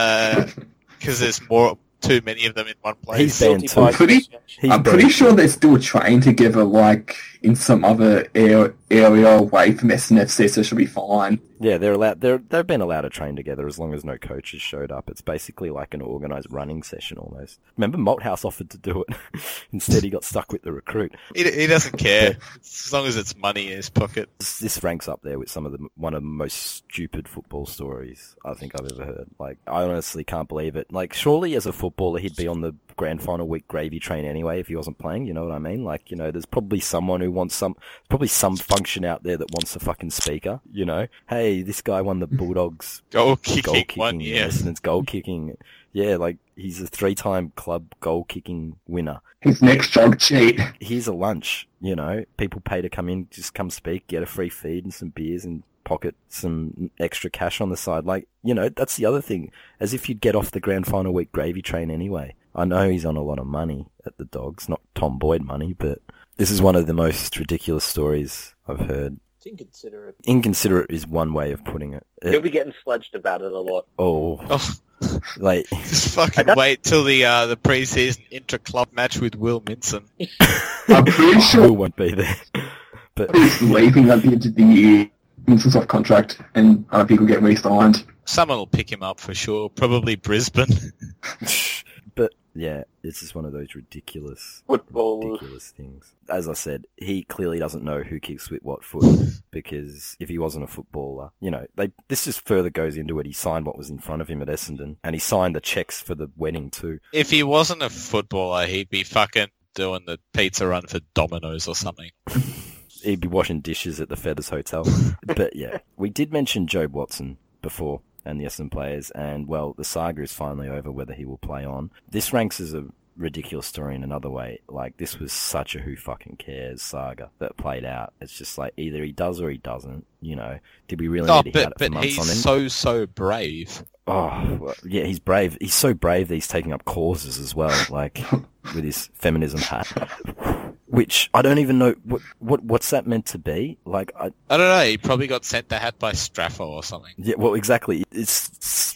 Speaker 4: because there's more too many of them in one
Speaker 2: He's
Speaker 4: place?
Speaker 2: banned too.
Speaker 5: Pretty-
Speaker 2: He's
Speaker 5: I'm pretty
Speaker 2: banned.
Speaker 5: sure they're still training together, like in some other air, area away from SNFC, so it should be fine.
Speaker 2: Yeah, they're allowed. They're they've been allowed to train together as long as no coaches showed up. It's basically like an organized running session almost. Remember, Malthouse offered to do it. Instead, he got stuck with the recruit.
Speaker 4: He, he doesn't care as long as it's money in his pocket.
Speaker 2: This, this ranks up there with some of the one of the most stupid football stories I think I've ever heard. Like, I honestly can't believe it. Like, surely as a footballer, he'd be on the grand final week gravy train anyway if he wasn't playing. You know what I mean? Like, you know, there's probably someone who wants some, probably some function out there that wants a fucking speaker. You know, hey, this guy won the Bulldogs
Speaker 4: Goal kicking,
Speaker 2: goal kicking
Speaker 4: one year.
Speaker 2: yes, and it's goal kicking. Yeah, like he's a three-time club goal kicking winner.
Speaker 5: His next job cheat.
Speaker 2: Here's a lunch, you know. People pay to come in, just come speak, get a free feed and some beers and pocket some extra cash on the side. Like, you know, that's the other thing. As if you'd get off the grand final week gravy train anyway. I know he's on a lot of money at the Dogs, not Tom Boyd money, but this is one of the most ridiculous stories I've heard.
Speaker 6: It's inconsiderate.
Speaker 2: Inconsiderate is one way of putting it.
Speaker 3: He'll
Speaker 2: it
Speaker 3: be getting sledged about it a lot.
Speaker 2: oh,
Speaker 4: Oh,
Speaker 2: like
Speaker 4: just
Speaker 3: I
Speaker 4: fucking
Speaker 3: don't-
Speaker 4: wait till the uh, the preseason intra club match with Will Minson.
Speaker 5: I'm pretty
Speaker 2: Who
Speaker 5: sure
Speaker 2: won't be there? But
Speaker 5: he's leaving at the end of the year. He's off contract, and other people get re-signed.
Speaker 4: Someone will pick him up for sure. Probably Brisbane.
Speaker 2: but yeah, it's just one of those ridiculous,
Speaker 3: Football.
Speaker 2: ridiculous things. As I said, he clearly doesn't know who kicks with what foot because if he wasn't a footballer, you know, they this just further goes into it. He signed what was in front of him at Essendon, and he signed the checks for the wedding too.
Speaker 4: If he wasn't a footballer, he'd be fucking doing the pizza run for Domino's or something.
Speaker 2: He'd be washing dishes at the Feathers Hotel. but yeah, we did mention Job Watson before. And the Essendon players, and well, the saga is finally over whether he will play on. This ranks as a ridiculous story in another way. Like this was such a who fucking cares saga that played out. It's just like either he does or he doesn't. You know, did we really
Speaker 4: Oh,
Speaker 2: need to have
Speaker 4: but
Speaker 2: it for
Speaker 4: but
Speaker 2: months on end?
Speaker 4: he's so so brave.
Speaker 2: oh, well, yeah, he's brave. He's so brave that he's taking up causes as well, like with his feminism hat, which I don't even know what what what's that meant to be. Like, I,
Speaker 4: I don't know. He probably got sent the hat by Straffo or something.
Speaker 2: Yeah, well, exactly. It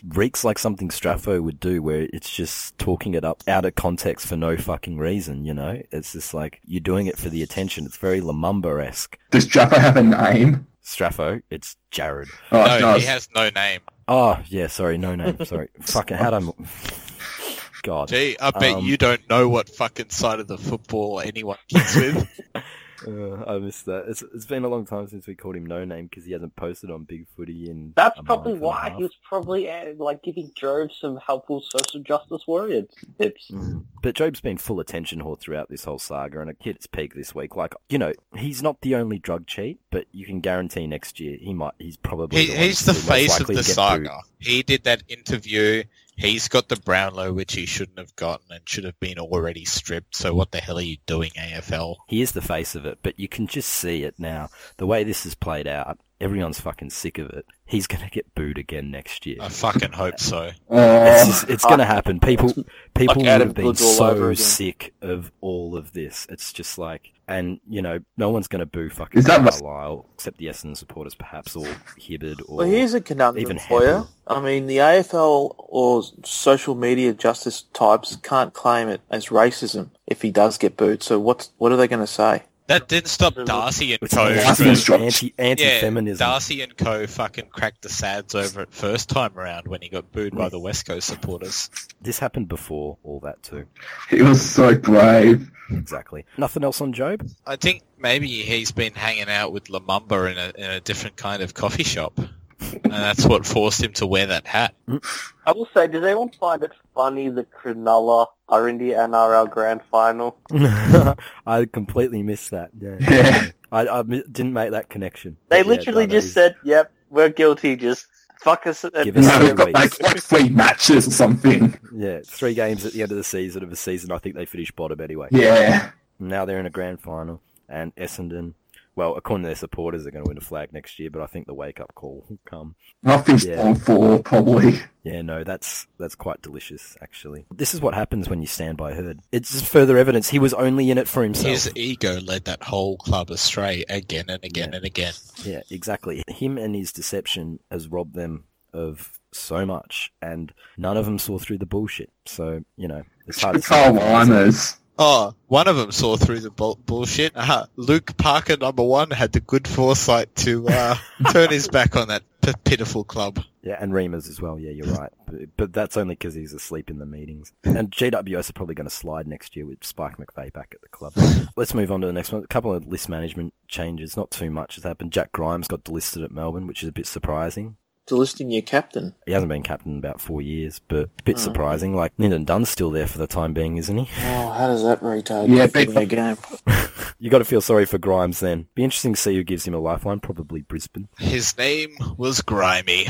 Speaker 2: reeks like something Straffo would do, where it's just talking it up out of context for no fucking reason. You know, it's just like you're doing it for the attention. It's very Lamumba esque.
Speaker 5: Does Jaffa have a name?
Speaker 2: Straffo, it's Jared.
Speaker 5: Oh,
Speaker 4: no,
Speaker 5: no,
Speaker 4: he has no name.
Speaker 2: Oh, yeah, sorry, no name, sorry. fucking how'd I... God.
Speaker 4: Gee, I bet
Speaker 2: Um,
Speaker 4: you don't know what fucking side of the football anyone kicks with.
Speaker 2: Uh, I missed that. It's, it's been a long time since we called him no name because he hasn't posted on Big Footy in.
Speaker 3: That's
Speaker 2: a
Speaker 3: probably
Speaker 2: month and a
Speaker 3: why
Speaker 2: half.
Speaker 3: he was probably uh, like giving Job some helpful social justice warrior tips.
Speaker 2: Mm. But Job's been full attention whore throughout this whole saga, and it hit its peak this week. Like you know, he's not the only drug cheat, but you can guarantee next year he might. He's probably
Speaker 4: He,
Speaker 2: the one
Speaker 4: he's the
Speaker 2: who's most
Speaker 4: face of
Speaker 2: likely
Speaker 4: the
Speaker 2: to get
Speaker 4: saga.
Speaker 2: booed.
Speaker 4: He did that interview. He's got the Brownlow, which he shouldn't have gotten and should have been already stripped. So what the hell are you doing, AFL?
Speaker 2: He is the face of it, but you can just see it now. The way this has played out, everyone's fucking sick of it. He's gonna get booed again next year.
Speaker 4: I fucking hope so.
Speaker 2: It's,
Speaker 5: Oh,
Speaker 2: just, it's going to happen. People, people would
Speaker 6: Uh, Adam
Speaker 2: have been
Speaker 6: Goods all over
Speaker 2: so
Speaker 6: again.
Speaker 2: sick of all of this. It's just like, and you know, no one's going to boo fucking
Speaker 5: Is that right?
Speaker 2: Carlisle except the Essendon supporters, perhaps, or Hibbard, or
Speaker 6: Well, here's a conundrum
Speaker 2: even
Speaker 6: for you.
Speaker 2: happen.
Speaker 6: I mean, the AFL or social media justice types can't claim it as racism if he does get booed. So what's what are they going to say?
Speaker 4: That didn't stop Darcy and
Speaker 2: It's
Speaker 4: Co.
Speaker 5: Darcy
Speaker 4: from-
Speaker 5: and Strong.
Speaker 2: anti
Speaker 4: yeah,
Speaker 2: anti-feminism.
Speaker 4: Darcy and Co. fucking cracked the sads over it first time around when he got booed by the West Coast supporters.
Speaker 2: this happened before all that too.
Speaker 5: he was so brave.
Speaker 2: Exactly. Nothing else on Job.
Speaker 4: I think maybe he's been hanging out with Lamumba in a, in a different kind of coffee shop. And that's what forced him to wear that hat.
Speaker 3: I will say, did anyone find it funny that Cronulla are in the NRL Grand Final?
Speaker 2: I completely missed that. Yeah,
Speaker 5: Yeah.
Speaker 2: I, I mi- didn't make that connection.
Speaker 3: They
Speaker 2: But yeah,
Speaker 3: literally
Speaker 2: no, that
Speaker 3: just
Speaker 2: is-
Speaker 3: said, "Yep, we're guilty. Just fuck us." and
Speaker 2: Give us
Speaker 5: Now we've
Speaker 2: three
Speaker 5: got like,
Speaker 2: weeks.
Speaker 5: like three matches or something.
Speaker 2: Yeah, three games at the end of the season of a season. I think they finished bottom anyway.
Speaker 5: Yeah.
Speaker 2: Now they're in a grand final, and Essendon, well, according to their supporters, are going to win a flag next year. But I think the wake up call will come.
Speaker 5: Nothing's
Speaker 2: Yeah.
Speaker 5: on four, probably.
Speaker 2: Yeah, no, that's that's quite delicious, actually. This is what happens when you stand by Heard. It's just further evidence he was only in it for himself.
Speaker 4: His ego led that whole club astray again and again
Speaker 2: Yeah.
Speaker 4: and again.
Speaker 2: Yeah, exactly. Him and his deception has robbed them of so much, and none of them saw through the bullshit. So you know, it's hard to say.
Speaker 5: Carl Limers.
Speaker 4: Oh, one of them saw through the bull- bullshit. Uh, Luke Parker, number one, had the good foresight to uh, turn his back on that p- pitiful club.
Speaker 2: Yeah, and Reimers as well. Yeah, you're right. But, but that's only because he's asleep in the meetings. And GWS are probably going to slide next year with Spike McVeigh back at the club. Let's move on to the next one. A couple of list management changes. Not too much has happened. Jack Grimes got delisted at Melbourne, which is a bit surprising.
Speaker 6: Delisting your captain.
Speaker 2: He hasn't been captain in about four years, but a bit
Speaker 6: Hmm.
Speaker 2: surprising. Like, Lyndon Dunn's still there for the time being, isn't he?
Speaker 6: Oh, how does that retard
Speaker 5: Yeah,
Speaker 6: yeah,
Speaker 5: big-
Speaker 6: their game?
Speaker 2: you got to feel sorry for Grimes then. Be interesting to see who gives him a lifeline. Probably Brisbane.
Speaker 4: His name was Grimy.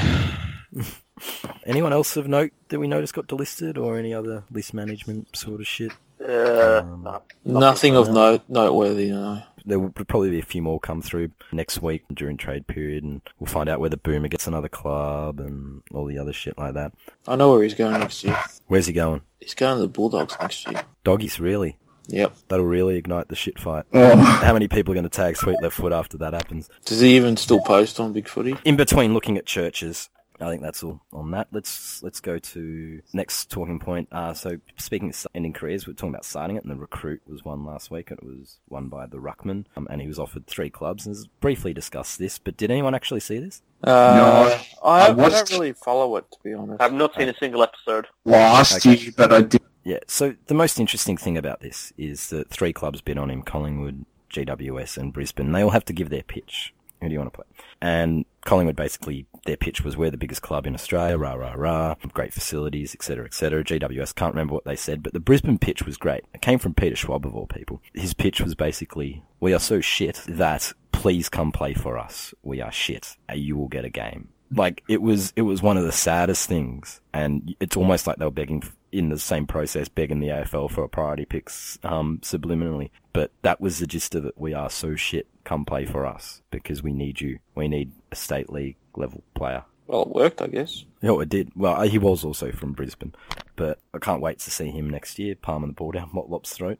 Speaker 2: Anyone else of note that we noticed got delisted or any other list management sort of shit?
Speaker 3: Uh,
Speaker 2: Um,
Speaker 3: no.
Speaker 6: Nothing of note noteworthy, no.
Speaker 2: there will probably be a few more come through next week during trade period, and we'll find out whether Boomer gets another club and all the other shit like that.
Speaker 6: I know where he's going next year.
Speaker 2: Where's he going?
Speaker 6: He's going to the Bulldogs next year.
Speaker 2: Doggies, really?
Speaker 6: Yep.
Speaker 2: That'll really ignite the shit fight.
Speaker 5: Oh,
Speaker 2: How many people are going to tag Sweet Left Foot after that happens?
Speaker 6: Does he even still post on Big Footy?
Speaker 2: In between looking at churches, I think that's all on that. Let's let's go to next talking point. Uh, so speaking of ending careers, we're talking about starting it, and the recruit was won last week. and It was won by the Ruckman, um, and he was offered three clubs. And briefly discussed this, but did anyone actually see this?
Speaker 6: Uh, I,
Speaker 5: I
Speaker 6: I, don't
Speaker 5: watched-
Speaker 6: really follow it, to be honest.
Speaker 3: I've not seen a single episode.
Speaker 5: last
Speaker 2: Okay.
Speaker 5: year, but I did.
Speaker 2: Yeah, so the most interesting thing about this is that three clubs bid on him Collingwood, GWS, and Brisbane. They all have to give their pitch. Who do you want to play? And Collingwood basically, their pitch was we're the biggest club in Australia, rah, rah, rah, great facilities, etc., etc. GWS, can't remember what they said, but the Brisbane pitch was great. It came from Peter Schwab, of all people. His pitch was basically, we are so shit that please come play for us. We are shit. and You will get a game like it was it was one of the saddest things and it's almost like they were begging in the same process begging the AFL for a priority picks um subliminally but that was the gist of it we are so shit come play for us because we need you we need a state league level player
Speaker 6: Well, it worked, I guess.
Speaker 2: Oh, it did. Well, he was also from Brisbane, but I can't wait to see him next year. Palming the ball down Motlop's throat.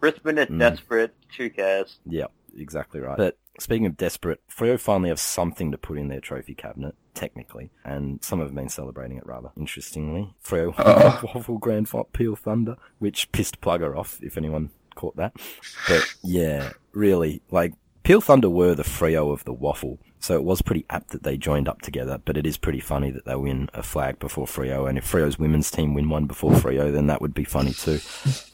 Speaker 3: Brisbane are
Speaker 2: Mm.
Speaker 3: desperate. Who cares?
Speaker 2: Yeah, exactly right. But speaking of desperate, Freo finally have something to put in their trophy cabinet, technically, and some have been celebrating it rather interestingly. Freo
Speaker 5: Oh.
Speaker 2: Waffle Grand Final Peel Thunder, which pissed Plugger off, if anyone caught that. But yeah, really, like Peel Thunder were the Frio of the waffle, so it was pretty apt that they joined up together, but it is pretty funny that they win a flag before Frio, and if Frio's women's team win one before Frio, then that would be funny too.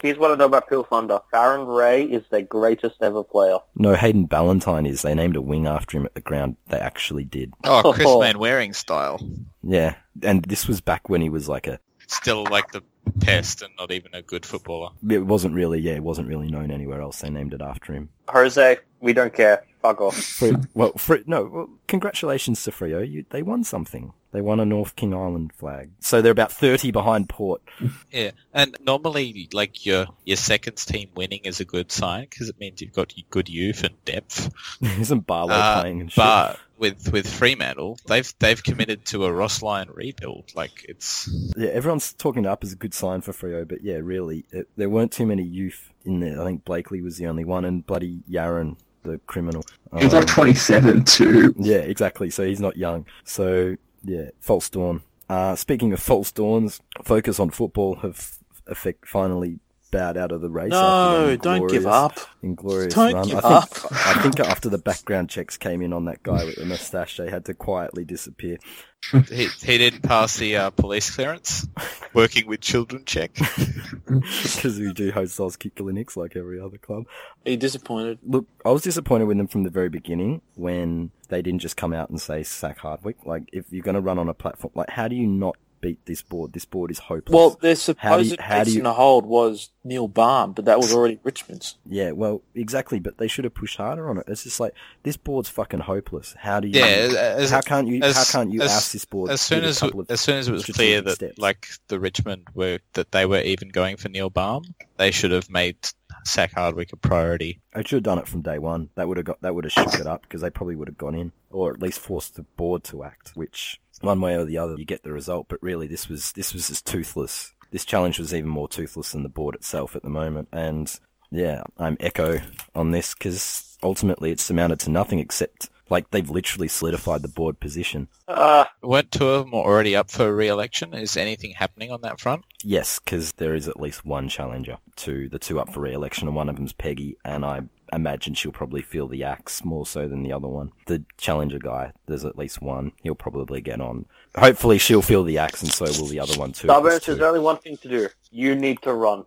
Speaker 3: Here's what I know about Phil Thunder. Farron Ray is their greatest ever player.
Speaker 2: No, Hayden Ballantyne is. They named a wing after him at the ground. They actually did.
Speaker 4: Oh, Chris
Speaker 3: Oh.
Speaker 4: Van Waring style.
Speaker 2: Yeah, and this was back when he was like a.
Speaker 4: Still like the pest and not even a good footballer.
Speaker 2: It wasn't really. Yeah, it wasn't really known anywhere else. They named it after him.
Speaker 3: Jose, we don't care. Fuck off.
Speaker 2: Fri- well, Fri- no. Well, congratulations to Frio. You, they won something. They won a North King Island flag. So they're about thirty behind Port.
Speaker 4: Yeah, and normally like your your seconds team winning is a good sign because it means you've got good youth and depth.
Speaker 2: Isn't Barlow
Speaker 4: Uh,
Speaker 2: playing and shit?
Speaker 4: But with with Fremantle, they've they've committed to a Ross Lyon rebuild. Like it's
Speaker 2: yeah, everyone's talking it up as a good sign for Frio, but yeah, really, it, there weren't too many youth in there. I think Blakely was the only one, and bloody Yaron, the criminal.
Speaker 5: He was like
Speaker 2: Um,
Speaker 5: 27 too.
Speaker 2: Yeah, exactly. So he's not young. So yeah, false dawn. Uh, speaking of false dawns, focus on football have effect finally bowed out of the race. after their
Speaker 6: No, don't give
Speaker 2: inglorious-
Speaker 6: up.
Speaker 2: Inglorious
Speaker 6: Don't
Speaker 2: run.
Speaker 6: give
Speaker 2: I think, I think after the background checks came in on that guy with the mustache, they had to quietly disappear.
Speaker 4: he, he didn't pass the uh, police clearance, working with children check.
Speaker 2: because we do host Solskjaer clinics like every other club.
Speaker 6: Are you disappointed?
Speaker 2: Look, I was disappointed with them from the very beginning when they didn't just come out and say sack Hardwick. Like, if you're going to run on a platform, like, how do you not beat this board? This board is hopeless.
Speaker 6: Well, their
Speaker 2: How do you-
Speaker 6: supposed
Speaker 2: how do
Speaker 6: fix
Speaker 2: you-
Speaker 6: in a hold was Neil Barn, but that was already Richmond's.
Speaker 2: yeah, well, exactly. But they should have pushed harder on it. It's just like this board's fucking hopeless. How do you?
Speaker 4: Yeah, uh, as,
Speaker 2: how can't you?
Speaker 4: as-
Speaker 2: how can't you
Speaker 4: as-
Speaker 2: ask this board?
Speaker 4: as soon
Speaker 2: with a
Speaker 4: as
Speaker 2: couple of
Speaker 4: as soon as it was clear
Speaker 2: strategic
Speaker 4: that
Speaker 2: steps?
Speaker 4: like the Richmond were that they were even going for Neil Baum, they should have made Sack Hardwick a priority.
Speaker 2: I should have done it from day one. That would have got that would have shook it up because they probably would have gone in, or at least forced the board to act. Which one way or the other, you get the result. But really, this was this was as toothless. This challenge was even more toothless than the board itself at the moment. And yeah, I'm echo on this because ultimately it's amounted to nothing except like they've literally solidified the board position.
Speaker 3: Uh,
Speaker 4: Weren't two of them already up for re-election? Is anything happening on that front?
Speaker 2: Yes, because there is at least one challenger to the two up for re-election, and one of them's Peggy, and I imagine she'll probably feel the axe more so than the other one. The challenger guy, there's at least one. He'll probably get on. Hopefully, she'll feel the axe, and so will the other one too.
Speaker 3: Starburst,
Speaker 2: It's to
Speaker 3: there's only one thing to do. You need to run.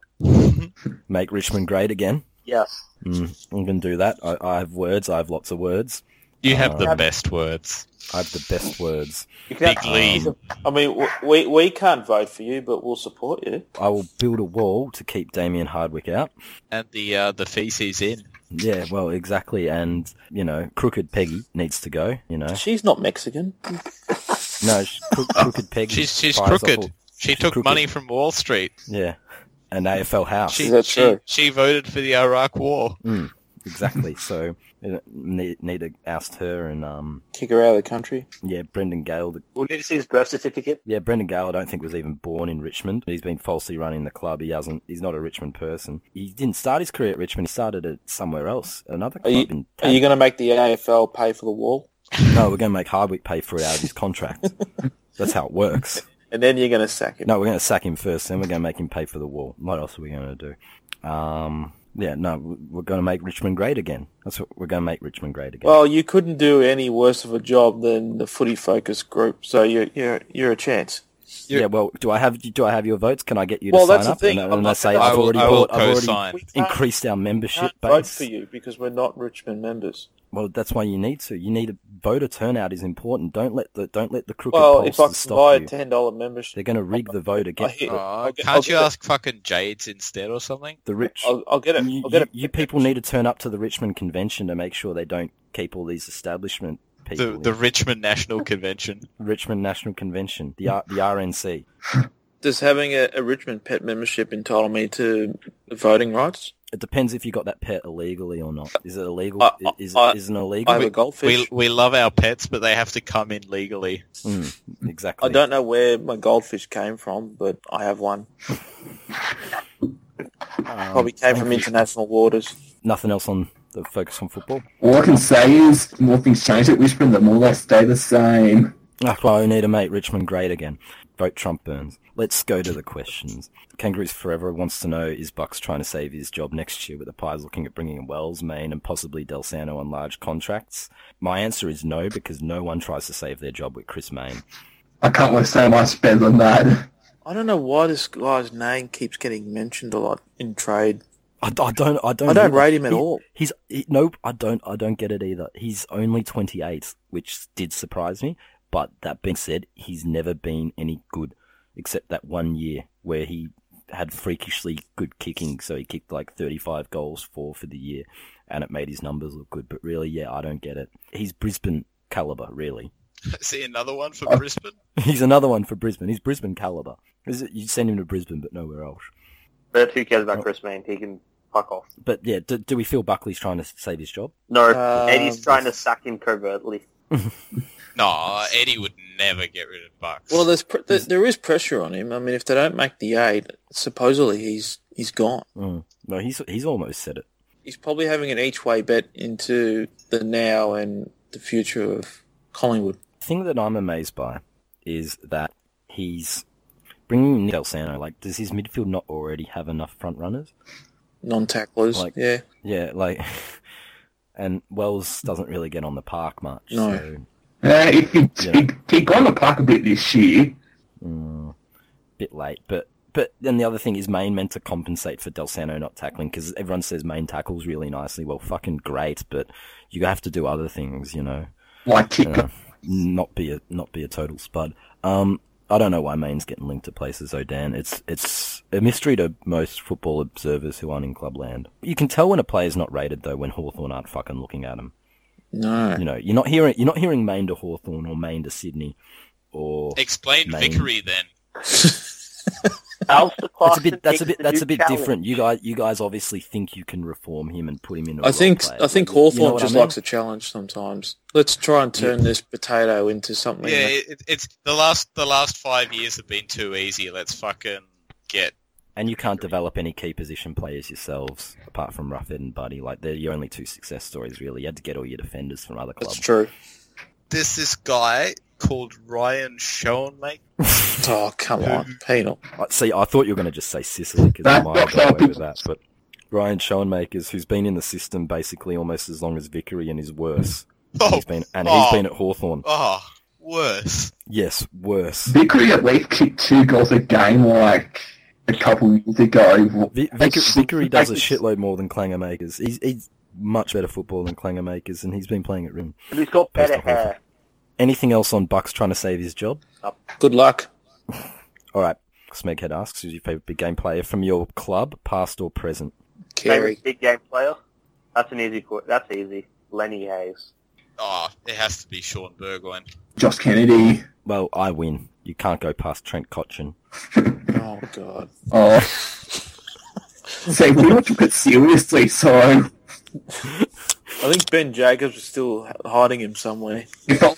Speaker 2: Make Richmond great again.
Speaker 3: Yes.
Speaker 2: Mm, I'm gonna do that. I, I have words. I have lots of words.
Speaker 4: You have the
Speaker 2: Um,
Speaker 4: best words.
Speaker 2: I have the best words.
Speaker 3: You can
Speaker 4: Big
Speaker 2: Uh,
Speaker 3: have-
Speaker 4: Lee.
Speaker 6: I mean, w- we we can't vote for you, but we'll support you.
Speaker 2: I will build a wall to keep Damien Hardwick out.
Speaker 4: And the uh, the feces in.
Speaker 2: Yeah, well, exactly. And you know, crooked Peggy needs to go. You know,
Speaker 6: She's not Mexican.
Speaker 2: no, she, crook, crooked Peggy.
Speaker 4: She's she's
Speaker 2: fires off all-
Speaker 4: crooked. She took
Speaker 2: crooked.
Speaker 4: money from Wall Street.
Speaker 2: Yeah. An AFL house.
Speaker 4: She,
Speaker 6: Is that
Speaker 4: she,
Speaker 6: true?
Speaker 4: she voted for the Iraq War.
Speaker 2: Mm. exactly. So you know, need, need to oust her and um
Speaker 6: Kick her out of the country.
Speaker 2: yeah, Brendan Gale. The,
Speaker 3: We'll need to see his birth certificate.
Speaker 2: yeah, Brendan Gale. I don't think was even born in Richmond. He's been falsely running the club. He hasn't. He's not a Richmond person. He didn't start his career at Richmond. He started at somewhere else, another
Speaker 6: Are
Speaker 2: club.
Speaker 6: you-
Speaker 2: in
Speaker 6: Are you going to make the AFL pay for the wall?
Speaker 2: No, we're going to make Hardwick pay for it out of his contract. That's how it works.
Speaker 6: And then you're going to sack him.
Speaker 2: No, we're going to sack him first, then we're going to make him pay for the wall. What else are we going to do? Um, yeah, no, we're going to make Richmond great again. That's what we're going to make Richmond great again.
Speaker 6: Well, you couldn't do any worse of a job than the footy focus group, so you're you're you're a chance.
Speaker 2: Yeah, well, do I have do I have your votes? Can I get you
Speaker 6: Well,
Speaker 2: to sign
Speaker 6: that's the
Speaker 2: up? And
Speaker 6: thing.
Speaker 2: then-
Speaker 6: I'm
Speaker 2: and I
Speaker 6: not
Speaker 2: say
Speaker 6: gonna-
Speaker 2: I've
Speaker 4: I will-
Speaker 2: already,
Speaker 4: I will
Speaker 2: bought, I've
Speaker 4: co-sign.
Speaker 2: already increased our membership
Speaker 6: Can't vote
Speaker 2: base.
Speaker 6: for you because we're not Richmond members.
Speaker 2: Well, that's why you need to. You need a voter turnout is important. Don't let the don't let the crooked
Speaker 6: Well, if I
Speaker 2: pollsters
Speaker 6: can buy
Speaker 2: stop
Speaker 6: a
Speaker 2: you.
Speaker 6: ten dollar membership,
Speaker 2: They're going to rig the vote
Speaker 6: I
Speaker 2: again.
Speaker 6: hit,
Speaker 4: Oh,
Speaker 6: I'll get- I'll
Speaker 4: can't
Speaker 6: get
Speaker 4: you
Speaker 6: it-
Speaker 4: ask fucking Jades instead or something?
Speaker 2: The rich.
Speaker 6: I'll, I'll get it.
Speaker 2: You,
Speaker 6: I'll get
Speaker 2: you-
Speaker 6: it.
Speaker 2: you people need to turn up to the Richmond convention to make sure they don't keep all these establishment people.
Speaker 4: The the Richmond National Convention.
Speaker 2: in. Richmond National Convention, the R- the RNC.
Speaker 6: Does having a, a Richmond pet membership entitle me to voting rights?
Speaker 2: It depends if you got that pet illegally or not. Is it illegal?
Speaker 6: I- I-
Speaker 2: is
Speaker 6: I-
Speaker 2: is it illegal?
Speaker 6: I have a
Speaker 4: We
Speaker 6: goldfish.
Speaker 4: we love our pets, but they have to come in legally.
Speaker 2: Mm, exactly.
Speaker 6: I don't know where my goldfish came from, but I have one. Probably came from international waters.
Speaker 2: Nothing else on the focus on football.
Speaker 5: All I can
Speaker 2: Oh.
Speaker 5: say is the more things change at Richmond, the more they stay the same.
Speaker 2: Ah, well, we need to make Richmond great again. Vote Trump Burns. Let- Let's go to the questions. Kangaroos Forever wants to know: Is Bucks trying to save his job next year with the Pies looking at bringing in Wells, Maine, and possibly Del Sano on large contracts? My answer is no, because no one tries to save their job with Chris Maine.
Speaker 5: I can't wish so much better than that.
Speaker 6: I don't know why this guy's name keeps getting mentioned a lot in trade.
Speaker 2: I, I don't. I don't.
Speaker 6: I don't
Speaker 2: either.
Speaker 6: rate him at
Speaker 2: He-
Speaker 6: all.
Speaker 2: He's he, nope. I don't. I don't get it either. He's only twenty eight, which did surprise me. But that being said, he's never been any good, except that one year where he had freakishly good kicking. So he kicked like thirty five goals for for the year, and it made his numbers look good. But really, yeah, I don't get it. He's Brisbane caliber, really.
Speaker 4: See another one for
Speaker 5: Oh.
Speaker 4: Brisbane.
Speaker 2: He's another one for Brisbane. He's Brisbane caliber. Is it- You send him to Brisbane, but nowhere else.
Speaker 3: But who cares
Speaker 2: Oh.
Speaker 3: about Chris Maine? He can fuck off.
Speaker 2: But yeah, do, do we feel Buckley's trying to save his job?
Speaker 3: No,
Speaker 6: Um,
Speaker 3: Eddie's trying to sack him covertly.
Speaker 4: No, Eddie would never get rid of Bucks.
Speaker 6: Well, there's pr- there, there is pressure on him. I mean, if they don't make the eight, supposedly he's he's gone.
Speaker 2: Mm. No, he's he's almost said it.
Speaker 6: He's probably having an each way bet into the now and the future of Collingwood.
Speaker 2: thing that I'm amazed by is that he's bringing in Nick Del Sano. Like, does his midfield not already have enough front runners?
Speaker 6: Non tacklers.
Speaker 2: Like-
Speaker 6: yeah.
Speaker 2: Yeah, like, and Wells doesn't really get on the park much.
Speaker 6: No.
Speaker 2: So,
Speaker 5: Uh, he, he,
Speaker 2: Yeah.
Speaker 5: he, he got on the park a bit this year.
Speaker 2: mm, bit late, but. But then the other thing is Maine meant to compensate for Del Sano not tackling because everyone says Maine tackles really nicely. Well, fucking great, but you have to do other things, you know.
Speaker 5: Like kick
Speaker 2: Yeah. not be a not be a total spud. Um, I don't know why Maine's getting linked to places though, Dan. It's it's a mystery to most football observers who aren't in clubland. You can tell when a player's not rated though when Hawthorn aren't fucking looking at him.
Speaker 6: No.
Speaker 2: You know, you're not hearing you're not hearing Maine to Hawthorn or Maine to Sydney or
Speaker 4: Explain
Speaker 2: Main.
Speaker 4: Vickery then.
Speaker 3: Alistair
Speaker 2: that's a
Speaker 3: Clarkson
Speaker 2: bit that's a bit
Speaker 3: kicks the
Speaker 2: that's
Speaker 3: new
Speaker 2: a bit
Speaker 3: challenge.
Speaker 2: different. You guys you guys obviously think you can reform him and put him in. a
Speaker 6: I
Speaker 2: role
Speaker 6: think
Speaker 2: player.
Speaker 6: I think
Speaker 2: You know
Speaker 6: Hawthorn
Speaker 2: what I
Speaker 6: just
Speaker 2: mean?
Speaker 6: likes a challenge sometimes. Let's try and turn this potato into something.
Speaker 4: Yeah,
Speaker 6: that-
Speaker 4: it, it- it's the last the last five years have been too easy. Let's fucking get
Speaker 2: And you can't develop any key position players yourselves, apart from Ruffhead and Buddy. Like they're your only two success stories, really. You had to get all your defenders from other
Speaker 6: that's
Speaker 2: clubs.
Speaker 6: true.
Speaker 4: this this guy called Ryan Schoenmaker.
Speaker 6: Oh come on, penal.
Speaker 2: I- See, I thought you were going to just say Sicily because I
Speaker 5: That-
Speaker 2: might have
Speaker 5: that's
Speaker 2: got away
Speaker 5: how
Speaker 2: with that. But Ryan Schoenmakers, who's been in the system basically almost as long as Vickery and is worse.
Speaker 4: Oh,
Speaker 2: He's been and
Speaker 4: Oh.
Speaker 2: he's been at Hawthorn.
Speaker 4: oh, worse.
Speaker 2: Yes, worse.
Speaker 5: Vickery at least kicked two goals a game like a couple years ago.
Speaker 2: Vi- Vicker, Vickery does a shitload more than Clangermakers. He's, he's much better football than Clangermakers, and he's been playing at Rim.
Speaker 3: But he's got better
Speaker 2: Based on
Speaker 3: hair.
Speaker 2: Anything else on Bucks trying to save his job?
Speaker 6: Good luck.
Speaker 2: All right. Smeghead asks, who's your favourite big game player from your club, past or present?
Speaker 6: Carey.
Speaker 3: Favorite big game player. That's an easy. qu- That's easy. Lenny Hayes.
Speaker 4: Oh, it has to be Sean Burgoyne.
Speaker 5: Josh Kennedy.
Speaker 2: Well, I win. You can't go past Trent Cotchin.
Speaker 6: Oh god.
Speaker 5: Oh. See, we were took it seriously, so
Speaker 6: I think Ben Jacobs is still h- hiding him somewhere.
Speaker 5: if I,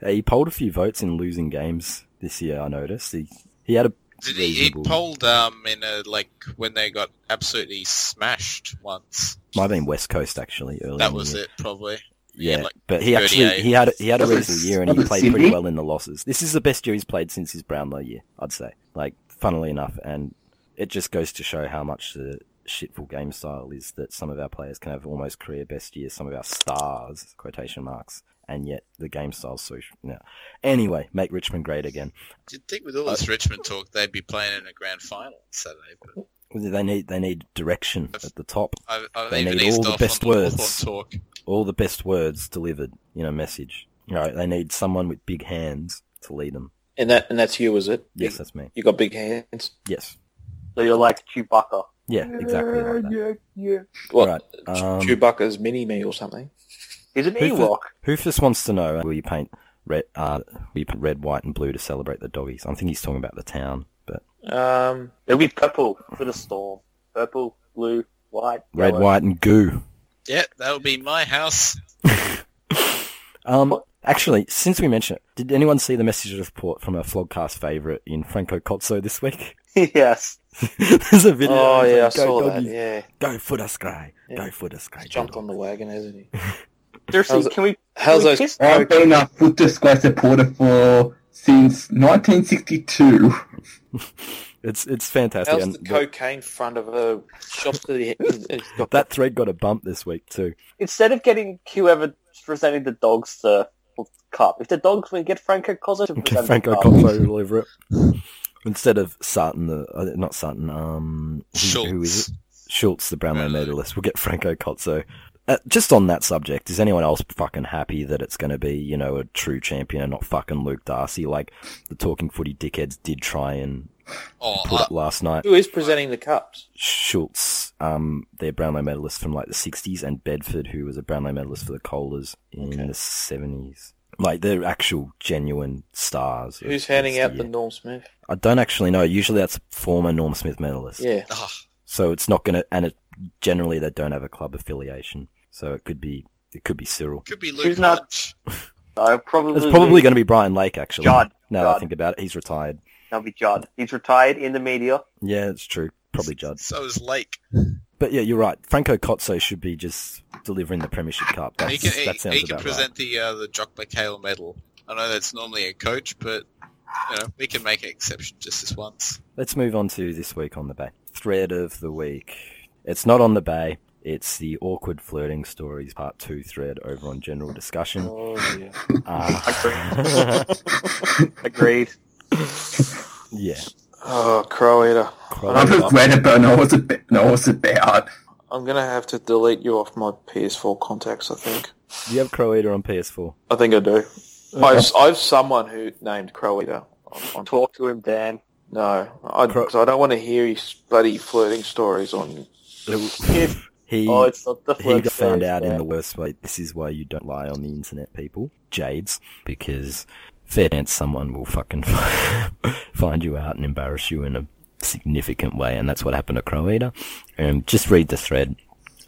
Speaker 2: Hey, Uh, he polled a few votes in losing games this year, I noticed. He, he had a
Speaker 4: Did he, he
Speaker 2: reasonable...
Speaker 4: polled um in a like when they got absolutely smashed once?
Speaker 2: Might have been West Coast, actually, earlier.
Speaker 4: That
Speaker 2: in the
Speaker 4: was
Speaker 2: year.
Speaker 4: it, probably.
Speaker 2: Yeah,
Speaker 4: like,
Speaker 2: but he actually
Speaker 4: 38.
Speaker 2: he had he had a
Speaker 5: That was-
Speaker 2: reasonable year and
Speaker 5: that
Speaker 2: he
Speaker 5: was
Speaker 2: played pretty
Speaker 5: Sydney.
Speaker 2: well in the losses. This is the best year he's played since his Brownlow year, I'd say. Like, funnily enough, and it just goes to show how much the shitful game style is that some of our players can have almost career best years, some of our stars quotation marks, and yet the game style's so sh- no. Anyway, make Richmond great again.
Speaker 4: You'd think with all this Richmond talk, they'd be playing in a grand final on Saturday. But
Speaker 2: They need they need direction at the top.
Speaker 4: I've, I've
Speaker 2: They
Speaker 4: even
Speaker 2: need
Speaker 4: eased
Speaker 2: all the
Speaker 4: off
Speaker 2: best
Speaker 4: on the
Speaker 2: words.
Speaker 4: Hawthorn talk.
Speaker 2: all the best words delivered in a message. You know, they need someone with big hands to lead them.
Speaker 6: And that and that's you, is it?
Speaker 2: Yes, that's me.
Speaker 6: You got big hands.
Speaker 2: Yes.
Speaker 3: So you're like Chewbacca.
Speaker 2: Yeah, exactly like that.
Speaker 6: What?
Speaker 2: Right, um,
Speaker 6: Chewbacca's mini me or something.
Speaker 3: He's an
Speaker 2: Who's the-
Speaker 3: Ewok.
Speaker 2: Hoofus wants to know, will you paint red, uh, will you paint red, white, and blue to celebrate the doggies? I think he's talking about the town, but
Speaker 6: Um,
Speaker 3: It'll be purple for the storm. Purple, blue, white,
Speaker 2: red,
Speaker 3: yellow.
Speaker 2: white, and goo.
Speaker 4: Yeah, that'll be my house.
Speaker 2: Um, actually, since we mentioned it, did anyone see the message report from a Flogcast favourite in Franco Cozzo this week?
Speaker 3: yes.
Speaker 2: There's a video.
Speaker 6: oh
Speaker 2: It's
Speaker 6: yeah, I
Speaker 2: like,
Speaker 6: saw
Speaker 2: go
Speaker 6: that.
Speaker 2: doggies,
Speaker 6: Yeah,
Speaker 2: Go foot us, guy.
Speaker 6: Yeah.
Speaker 2: Go foot us, guy.
Speaker 6: He's jumped on the wagon, hasn't he?
Speaker 3: Seriously,
Speaker 6: How's it-
Speaker 3: can we?
Speaker 6: How's
Speaker 3: can we
Speaker 6: those?
Speaker 3: kiss-
Speaker 5: uh, I've been a Foot Square supporter for since 1962.
Speaker 2: It's it's fantastic.
Speaker 6: How's
Speaker 2: and
Speaker 6: the
Speaker 2: the-
Speaker 6: cocaine front of a shop that he he's got?
Speaker 2: that thread got a bump this week too.
Speaker 3: Instead of getting whoever presenting the dogs to cup, if the dogs win, get Franco Cosa to
Speaker 2: Get
Speaker 3: present
Speaker 2: Franco
Speaker 3: the cup.
Speaker 2: Coppo all over it. Instead of Sarton, the uh, not Sarton, um, who, who is
Speaker 4: Schultz.
Speaker 2: it? Schultz, the Brownlow
Speaker 4: Brownlow.
Speaker 2: medalist. We'll get Franco Cozzo. Uh, just on that subject, is anyone else fucking happy that it's going to be, you know, a true champion and not fucking Luke Darcy? Like the talking footy dickheads did try and
Speaker 4: Oh,
Speaker 2: put
Speaker 4: I,
Speaker 6: Uh,
Speaker 2: up last night.
Speaker 6: Who is presenting the cups?
Speaker 2: Schultz, um, their Brownlow medalist from like the '60s, and Bedford, who was a Brownlow medalist for the Colas in the '70s. Like they're actual genuine stars. of
Speaker 6: Who's handing
Speaker 2: this
Speaker 6: out
Speaker 2: year.
Speaker 6: the Norm Smith?
Speaker 2: I don't actually know. Usually that's former Norm Smith medalist.
Speaker 6: Yeah.
Speaker 2: So it's not gonna, and it generally they don't have a club affiliation. So it could be, it could be Cyril.
Speaker 4: could be Luke
Speaker 3: Who's not-
Speaker 4: Hodge.
Speaker 3: No, probably
Speaker 2: It's probably going to be Brian Lake actually.
Speaker 3: Judd.
Speaker 2: Now that I
Speaker 3: Judd.
Speaker 2: think about it, he's retired.
Speaker 3: that'll be Judd. He's retired in the media.
Speaker 2: Yeah, it's true. Probably Judd.
Speaker 4: So is Lake.
Speaker 2: But yeah, you're right. Franco Cozzo should be just delivering the Premiership Cup. That's,
Speaker 4: he can, he,
Speaker 2: that sounds
Speaker 4: he can
Speaker 2: about
Speaker 4: present the uh, the Jock McHale medal. I know that's normally a coach, but you know we can make an exception just this once.
Speaker 2: right. Let's move on to this week on the Bay. Thread of the week. It's not on the Bay. It's the awkward flirting stories part two thread over on general discussion.
Speaker 6: Oh, yeah.
Speaker 2: Uh,
Speaker 3: Agreed.
Speaker 2: yeah.
Speaker 6: Oh, crow eater.
Speaker 5: I regret it, but I know what's ab- know what's about.
Speaker 6: I'm going to have to delete you off my PS4 contacts, I think.
Speaker 2: Do you have Croatia on PS4?
Speaker 6: I think I do. I've, I've someone who named Crow Eater. on- on-
Speaker 3: Talk to him, Dan.
Speaker 6: No, I,
Speaker 2: Crow-
Speaker 6: 'cause I don't want to hear his bloody flirting stories on...
Speaker 3: If,
Speaker 2: He,
Speaker 3: oh, it's not the
Speaker 2: he
Speaker 3: flirt
Speaker 2: got found
Speaker 3: stage,
Speaker 2: out in
Speaker 3: Dan.
Speaker 2: the worst way. This is why you don't lie on the internet, people. Jades. Because fair chance someone will fucking find you out and embarrass you in a significant way. And that's what happened to Croatia. Um, just read the thread.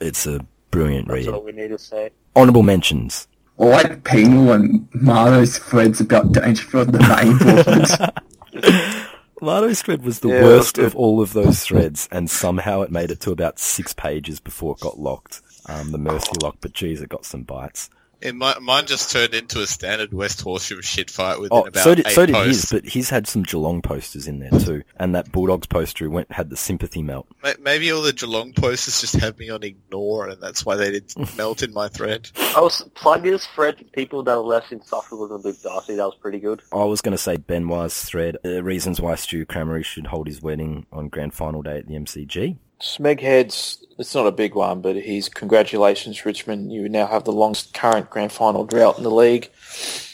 Speaker 2: It's a brilliant
Speaker 3: That's
Speaker 2: read.
Speaker 3: all we need to say.
Speaker 2: Honorable mentions.
Speaker 5: I like Penal and Marlo's threads about Dangerfield and the main board.
Speaker 2: Lato's thread was the
Speaker 6: Yeah,
Speaker 2: worst
Speaker 6: that's
Speaker 2: of all of those threads, and somehow it made it to about six pages before it got locked. Um, the Mercy lock, but geez, it got some bites.
Speaker 4: And mi- mine just turned into a standard West Horsham shit fight within
Speaker 2: Oh,
Speaker 4: about
Speaker 2: so did
Speaker 4: eight
Speaker 2: so did his,
Speaker 4: posts.
Speaker 2: but he's had some Geelong posters in there too, and that Bulldogs poster who went had the sympathy melt.
Speaker 4: Ma- Maybe all the Geelong posters just have me on ignore, and that's why they didn't melt in my thread.
Speaker 3: I was plugged his thread to people that are less insufferable than Luke Darcy. That was pretty good.
Speaker 2: I was going to say Benoit's thread, uh, reasons why Stu Cramery should hold his wedding on grand final day at the MCG.
Speaker 6: Smeghead's, it's not a big one, but he's congratulations, Richmond. You now have the longest current grand final drought in the league.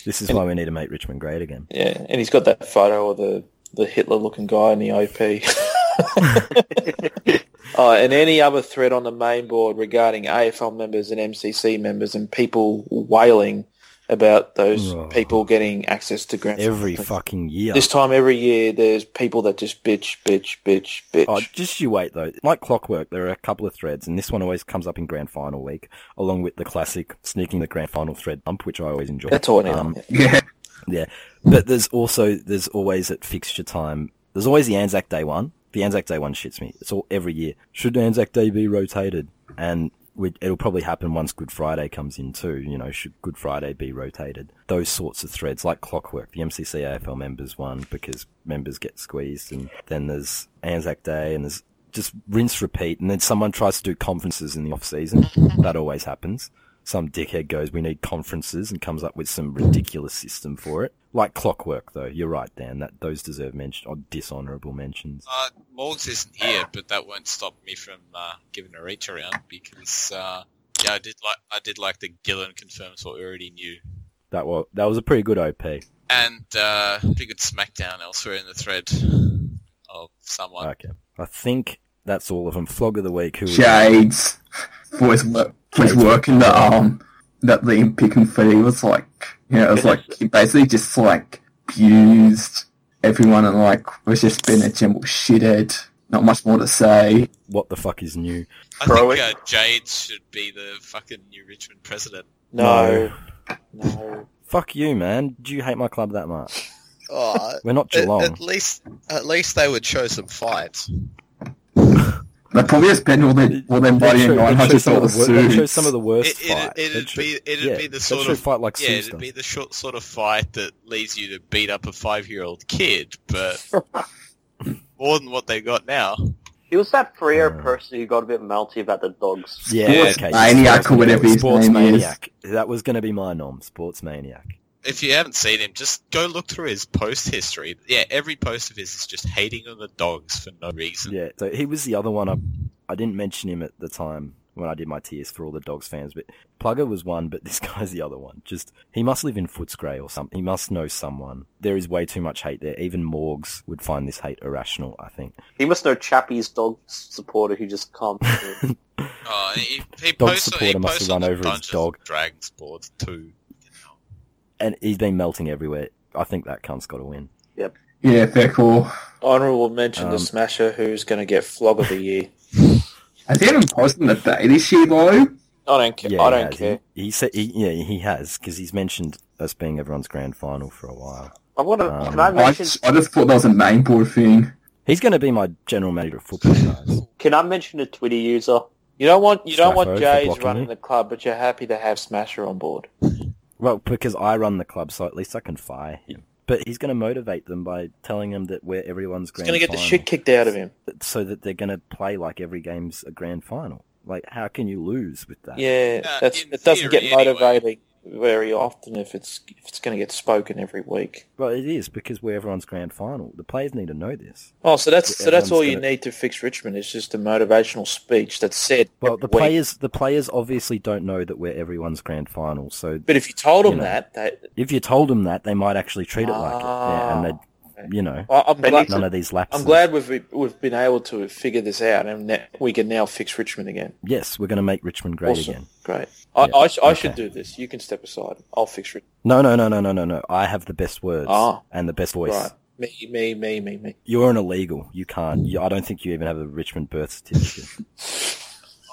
Speaker 2: This is why we need to make Richmond great again.
Speaker 6: Yeah, and he's got that photo of the, the Hitler-looking guy in the OP. uh, and any other thread on the main board regarding AFL members and MCC members and people wailing about those
Speaker 2: Oh.
Speaker 6: people getting access to grand
Speaker 2: Every
Speaker 6: Finals.
Speaker 2: fucking year.
Speaker 6: This time every year, there's people that just bitch, bitch, bitch, bitch.
Speaker 2: Oh, just you wait though. Like clockwork, there are a couple of threads, and this one always comes up in grand final week, along with the classic sneaking the grand final thread bump, which I always enjoy.
Speaker 6: That's all I need.
Speaker 2: Um,
Speaker 5: yeah,
Speaker 2: yeah, but there's also there's always at fixture time. There's always the Anzac Day one. The Anzac Day one shits me. It's all every year. Should Anzac Day be rotated? And we, it'll probably happen once Good Friday comes in too. You know, should Good Friday be rotated? Those sorts of threads, like clockwork. The MCC AFL members one because members get squeezed, and then there's Anzac Day, and there's just rinse repeat. And then someone tries to do conferences in the off season. that always happens some dickhead goes, we need conferences, and comes up with some ridiculous system for it. Like clockwork, though. You're right, Dan. That those deserve mention or dishonourable mentions.
Speaker 4: Uh, Morgs isn't here, but that won't stop me from uh, giving a reach around because uh, yeah, I did like I did like the Gillen confirms what we already knew,
Speaker 2: That was that was a pretty good OP.
Speaker 4: and uh, pretty good smackdown elsewhere in the thread of someone.
Speaker 2: Okay, I think that's all of them. Flog of the week. Who? was it?
Speaker 5: Jades was wo- was
Speaker 2: Jades.
Speaker 5: working the um that Liam Pickens fee was like you know it was like he basically just like abused everyone and like was just been a general shithead. Not much more to say.
Speaker 2: What the fuck is new?
Speaker 4: I
Speaker 6: Throw
Speaker 4: think uh, Jade should be the fucking new Richmond president.
Speaker 6: no. No.
Speaker 2: Fuck you, man. Do you hate my club that much?
Speaker 4: Oh,
Speaker 2: We're not Geelong.
Speaker 4: least at least they would show some fight.
Speaker 5: They probably just spent all their all their
Speaker 2: They'd
Speaker 5: money
Speaker 2: show-
Speaker 5: in nine
Speaker 2: they'd show
Speaker 5: hundred
Speaker 2: some of
Speaker 5: dollars
Speaker 2: the wor- they'd show some of
Speaker 5: suits.
Speaker 2: the worst
Speaker 4: It, it,
Speaker 2: fight. They'd
Speaker 4: it'd
Speaker 2: show-
Speaker 4: be it'd
Speaker 2: yeah,
Speaker 4: be the
Speaker 2: they'd
Speaker 4: sort
Speaker 2: show
Speaker 4: of
Speaker 2: fight like
Speaker 4: yeah,
Speaker 2: Sue
Speaker 4: it'd
Speaker 2: stuff.
Speaker 4: be the short sort of fight that leads you to beat up a five year old kid, but more than what they got now.
Speaker 3: It was that Freo person who got a bit melty about the dogs.
Speaker 2: Yeah,
Speaker 4: Sports
Speaker 2: okay.
Speaker 5: maniac or whatever his
Speaker 2: Sports
Speaker 5: name is.
Speaker 2: maniac. That was going to be my nom. Sports maniac.
Speaker 4: If you haven't seen him, just go look through his post history. Yeah, every post of his is just hating on the dogs for no reason.
Speaker 2: Yeah, so he was the other one. I, I didn't mention him at the time when I did my tears for all the dogs fans, but Plugger was one, but this guy's the other one. Just he must live in Footscray or something. He must know someone. There is way too much hate there. Even Morgs would find this hate irrational. I think.
Speaker 3: He must know Chappie's dog supporter who just can't.
Speaker 4: Oh, he, he
Speaker 2: Dog
Speaker 4: posts, he
Speaker 2: supporter must
Speaker 4: posts
Speaker 2: have
Speaker 4: on
Speaker 2: run over
Speaker 4: the
Speaker 2: his
Speaker 4: Dungeons
Speaker 2: dog.
Speaker 4: and Dragons boards too.
Speaker 2: And he's been melting everywhere. I think that cunt's got to win.
Speaker 5: Yeah, fair call.
Speaker 6: Honorable mention to
Speaker 2: Um,
Speaker 6: Smasher, who's going to get flog of the year.
Speaker 5: Has he even posted the date? Is she low?
Speaker 6: I don't care.
Speaker 2: Yeah,
Speaker 6: I
Speaker 2: he
Speaker 6: don't
Speaker 2: has.
Speaker 6: care.
Speaker 2: He, he said, he, yeah, he has because he's mentioned us being everyone's grand final for a while.
Speaker 3: I want to.
Speaker 2: Um,
Speaker 3: can I
Speaker 5: I
Speaker 3: mention?
Speaker 5: just, I just thought that was a main board thing.
Speaker 2: He's going to be my general manager of football guys.
Speaker 3: Can I mention a Twitter user?
Speaker 6: You don't want you don't want
Speaker 2: Straffo for
Speaker 6: Jays
Speaker 2: blocking
Speaker 6: running
Speaker 2: you.
Speaker 6: the club, but you're happy to have Smasher on board.
Speaker 2: Well, because I run the club, so at least I can fire him. But he's going to motivate them by telling them that we're everyone's
Speaker 6: He's
Speaker 2: grand
Speaker 6: going to get the
Speaker 2: final,
Speaker 6: shit kicked out of him.
Speaker 2: so that they're going to play like every game's a grand final. Like, how can you lose with that?
Speaker 6: Yeah,
Speaker 4: Uh,
Speaker 6: that's,
Speaker 4: in
Speaker 6: it doesn't
Speaker 4: theory,
Speaker 6: get
Speaker 4: anyway.
Speaker 6: motivating very often if it's if it's going to get spoken every week.
Speaker 2: Well, it is because we're everyone's grand final. The players need to know this.
Speaker 6: Oh, so that's so that's
Speaker 2: Everyone's
Speaker 6: all you
Speaker 2: gonna-
Speaker 6: need to fix Richmond is just a motivational speech that's said.
Speaker 2: Well,
Speaker 6: every
Speaker 2: the
Speaker 6: week.
Speaker 2: players, the players obviously don't know that we're everyone's grand final. So
Speaker 6: But if you told them
Speaker 2: you know.
Speaker 6: that, that
Speaker 2: if you told them that, they might actually treat it like it, yeah, and
Speaker 6: Ah,
Speaker 2: they, you know,
Speaker 6: I- I'm
Speaker 3: They
Speaker 6: glad,
Speaker 3: need
Speaker 2: none of these lapses.
Speaker 6: I'm glad we've we've been able to figure this out, and now we can now fix Richmond again.
Speaker 2: Yes, we're going to make Richmond great
Speaker 6: Awesome.
Speaker 2: again.
Speaker 6: Great. I,
Speaker 2: Yeah,
Speaker 6: I, sh- I
Speaker 2: okay.
Speaker 6: should do this. You can step aside. I'll fix Richmond.
Speaker 2: No, no, no, no, no, no, no. I have the best words
Speaker 6: Ah.
Speaker 2: and the best voice.
Speaker 6: Right. Me, me, me, me, me.
Speaker 2: You're an illegal. You can't. You, I don't think you even have a Richmond birth certificate.